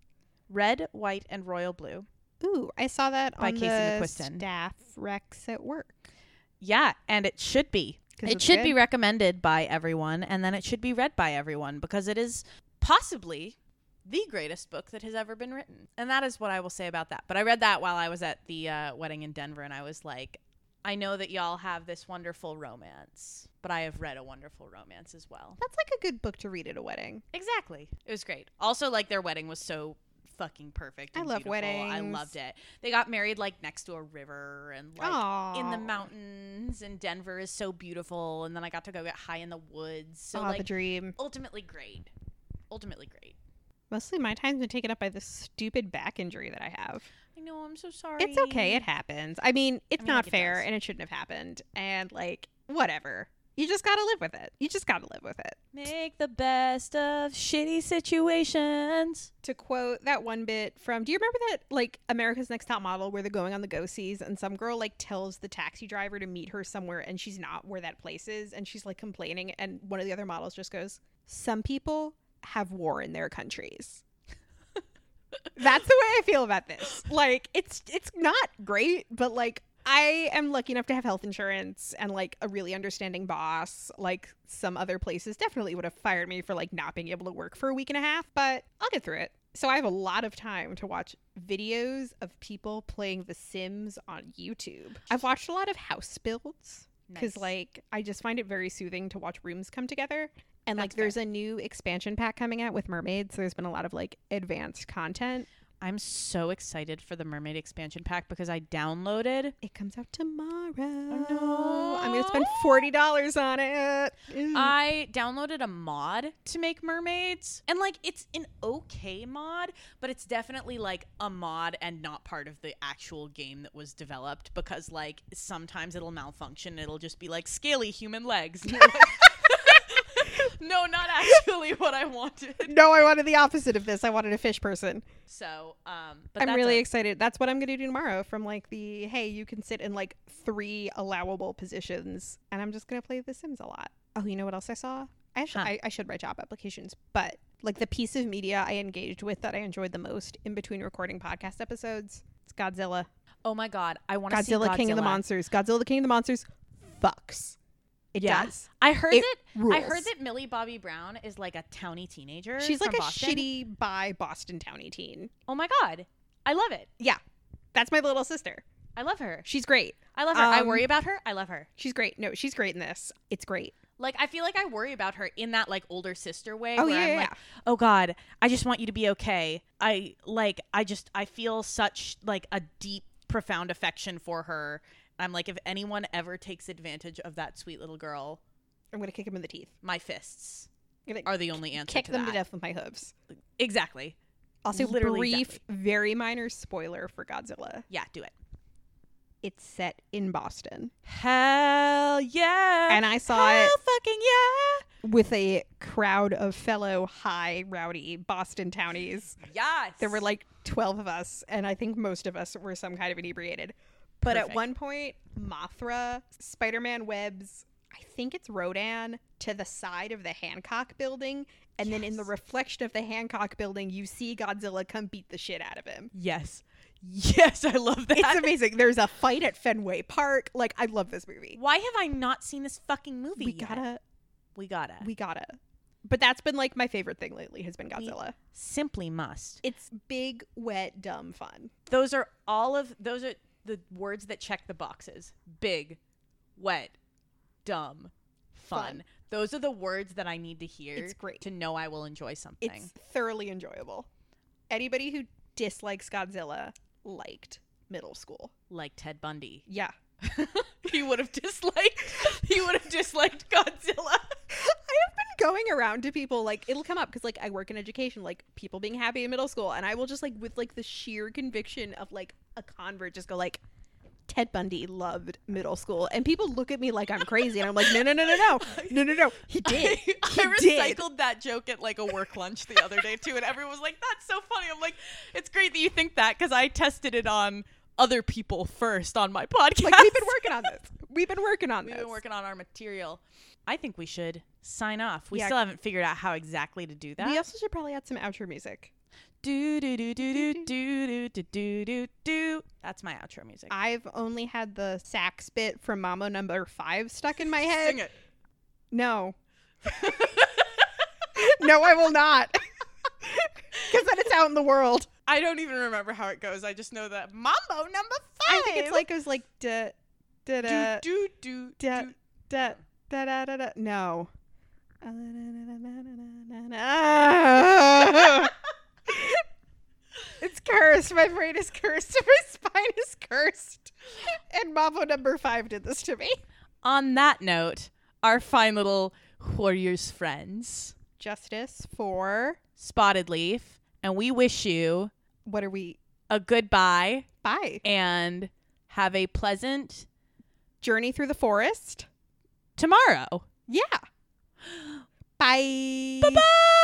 Speaker 1: Red, White, and Royal Blue.
Speaker 2: Ooh, I saw that
Speaker 1: By
Speaker 2: on
Speaker 1: Casey
Speaker 2: the
Speaker 1: McQuiston.
Speaker 2: staff Rex at work.
Speaker 1: Yeah, and it should be.
Speaker 2: 'Cause
Speaker 1: It
Speaker 2: it's
Speaker 1: should
Speaker 2: good?
Speaker 1: be recommended by everyone, and then it should be read by everyone because it is possibly the greatest book that has ever been written. And that is what I will say about that. But I read that while I was at the uh, wedding in Denver, and I was like, I know that y'all have this wonderful romance, but I have read a wonderful romance as well.
Speaker 2: That's like a good book to read at a wedding.
Speaker 1: Exactly. It was great. Also, like their wedding was so fucking perfect.
Speaker 2: I
Speaker 1: and
Speaker 2: love
Speaker 1: beautiful. I
Speaker 2: weddings.
Speaker 1: loved it. They got married like next to a river and like
Speaker 2: Oh,
Speaker 1: in the mountains and Denver is so beautiful and then I got to go get high in the woods. So
Speaker 2: Aw, the
Speaker 1: like
Speaker 2: dream.
Speaker 1: ultimately great. Ultimately great.
Speaker 2: Mostly my time's been taken up by this stupid back injury that I have.
Speaker 1: I know, I'm so sorry.
Speaker 2: It's okay. It happens. I mean, it's
Speaker 1: mean,
Speaker 2: not
Speaker 1: like, it
Speaker 2: fair
Speaker 1: does.
Speaker 2: and it shouldn't have happened. And like whatever. You just gotta live with it. You just gotta live with it.
Speaker 1: Make the best of shitty situations.
Speaker 2: To quote that one bit from, do you remember that like America's Next Top Model where they're going on the go sees and some girl like tells the taxi driver to meet her somewhere and she's not where that place is and she's like complaining and one of the other models just goes, "Some people have war in their countries." That's the way I feel about this. Like it's it's not great, but like I am lucky enough to have health insurance and like a really understanding boss. Like some other places definitely would have fired me for like not being able to work for a week and a half, but I'll get through it. So I have a lot of time to watch videos of people playing The Sims on YouTube. I've watched a lot of house builds because
Speaker 1: Nice.
Speaker 2: like I just find it very soothing to watch rooms come together. And like
Speaker 1: That's fair.
Speaker 2: there's a new expansion pack coming out with mermaids, so there's been a lot of like advanced content.
Speaker 1: I'm so excited for the Mermaid expansion pack because I downloaded.
Speaker 2: It comes out tomorrow.
Speaker 1: no.
Speaker 2: I'm gonna spend forty dollars on it. *laughs* Uh, Ew.
Speaker 1: I downloaded a mod to make mermaids. And like it's an okay mod, but it's definitely like a mod and not part of the actual game that was developed because like sometimes it'll malfunction. It'll just be like scaly human legs. *laughs* And you're like, no, not actually what I wanted.
Speaker 2: no, I wanted the opposite of this. I wanted a fish person.
Speaker 1: So, um but
Speaker 2: I'm
Speaker 1: that's
Speaker 2: really
Speaker 1: a-
Speaker 2: excited. That's what I'm gonna do tomorrow. From like the hey, you can sit in like three allowable positions, and I'm just gonna play The Sims a lot. Oh, you know what else I saw? I should
Speaker 1: Huh.
Speaker 2: I, I should write job applications, but like the piece of media I engaged with that I enjoyed the most in between recording podcast episodes, it's Godzilla.
Speaker 1: Oh my god, I want to see
Speaker 2: Godzilla, King of the Monsters. Godzilla the King of the Monsters fucks. It
Speaker 1: Yeah.
Speaker 2: does.
Speaker 1: I heard
Speaker 2: It
Speaker 1: that I
Speaker 2: rules.
Speaker 1: heard that Millie Bobby Brown is like a towny teenager.
Speaker 2: She's like
Speaker 1: from
Speaker 2: a
Speaker 1: Boston.
Speaker 2: shitty by Boston townie teen.
Speaker 1: Oh my god. I love it.
Speaker 2: Yeah. That's my little sister.
Speaker 1: I love her.
Speaker 2: She's great.
Speaker 1: I love her. I
Speaker 2: Um,
Speaker 1: worry about her. I love her.
Speaker 2: She's great. No, she's great in this. It's great.
Speaker 1: Like I feel like I worry about her in that like older sister way
Speaker 2: Oh,
Speaker 1: where
Speaker 2: yeah,
Speaker 1: I'm
Speaker 2: yeah,
Speaker 1: like,
Speaker 2: yeah.
Speaker 1: "Oh god, I just want you to be okay." I like I just I feel such like a deep profound affection for her. I'm like if anyone ever takes advantage of that sweet little girl,
Speaker 2: I'm going to kick him in the teeth.
Speaker 1: my fists
Speaker 2: I'm going
Speaker 1: are the only answer
Speaker 2: kick
Speaker 1: to
Speaker 2: them
Speaker 1: that.
Speaker 2: to death with my hooves.
Speaker 1: Exactly.
Speaker 2: Also,
Speaker 1: Literally,
Speaker 2: brief,
Speaker 1: exactly.
Speaker 2: very minor spoiler for Godzilla.
Speaker 1: Yeah, do it.
Speaker 2: It's set in Boston.
Speaker 1: Hell yeah.
Speaker 2: And I saw
Speaker 1: Hell
Speaker 2: it
Speaker 1: fucking yeah.
Speaker 2: with a crowd of fellow high rowdy Boston townies.
Speaker 1: Yes.
Speaker 2: There were like 12 of us, and I think most of us were some kind of inebriated. But at
Speaker 1: Perfect.
Speaker 2: one point, Mothra, Spider Man webs, I think it's Rodan, to the side of the Hancock building. And then in the
Speaker 1: Yes.
Speaker 2: reflection of the Hancock building, you see Godzilla come beat the shit out of him.
Speaker 1: Yes. *laughs* Yes, I love that.
Speaker 2: It's amazing. There's a fight at Fenway Park. Like, I love this movie.
Speaker 1: Why have I not seen this fucking movie
Speaker 2: We
Speaker 1: yet?
Speaker 2: gotta,
Speaker 1: we gotta.
Speaker 2: we gotta. But that's been like my favorite thing lately has been Godzilla.
Speaker 1: simply must.
Speaker 2: It's big, wet, dumb fun.
Speaker 1: Those are all of those are the words that check the boxes. Big, wet, dumb, fun.
Speaker 2: Fun.
Speaker 1: Those are the words that I need to hear
Speaker 2: It's great.
Speaker 1: to know I will enjoy something.
Speaker 2: It's thoroughly enjoyable. Anybody who dislikes Godzilla liked middle school.
Speaker 1: like Ted
Speaker 2: *laughs*
Speaker 1: Bundy.
Speaker 2: Yeah.
Speaker 1: he would have disliked he would have disliked Godzilla.
Speaker 2: I have been going around to people like it'll come up because like I work in education, like people being happy in middle school, and I will just like with like the sheer conviction of like a convert just go like Ted Bundy loved middle school, and people look at me like I'm crazy, and I'm like, no, no, no, no, no, no, no, no. He did.
Speaker 1: *laughs* I,
Speaker 2: *laughs* He
Speaker 1: I
Speaker 2: did.
Speaker 1: recycled that joke at like a work lunch the other day too, and everyone was like, "That's so funny." I'm like, "It's great that you think that," because I tested it on other people first on my podcast. *laughs*
Speaker 2: Like we've been working on this. We've been working on
Speaker 1: We've
Speaker 2: this.
Speaker 1: been working on our material. I think we should sign off. We
Speaker 2: Yeah.
Speaker 1: still haven't figured out how exactly to do
Speaker 2: We
Speaker 1: that.
Speaker 2: also should probably add some outro music.
Speaker 1: Do do do do do do do do do do. That's my outro music.
Speaker 2: I've only had the sax bit from Mama Number Five stuck
Speaker 1: *laughs*
Speaker 2: in my head.
Speaker 1: it. *laughs*
Speaker 2: No, no, I will not, *laughs* because then it's out in the world.
Speaker 1: I don't even remember how it goes. I just know that mambo number five.
Speaker 2: I think it's like it was like da da da
Speaker 1: do do
Speaker 2: da
Speaker 1: do.
Speaker 2: da da da da. da. No. *laughs* It's cursed. My brain is cursed. *laughs* My spine is cursed. And Mambo number five did this to me.
Speaker 1: on that note, our fine little warriors friends
Speaker 2: Justice for
Speaker 1: spotted leaf, and we wish you
Speaker 2: what are we?
Speaker 1: a goodbye
Speaker 2: Bye.
Speaker 1: and have a pleasant
Speaker 2: Journey through the forest. tomorrow.
Speaker 1: Yeah. Bye.
Speaker 2: *gasps* Bye.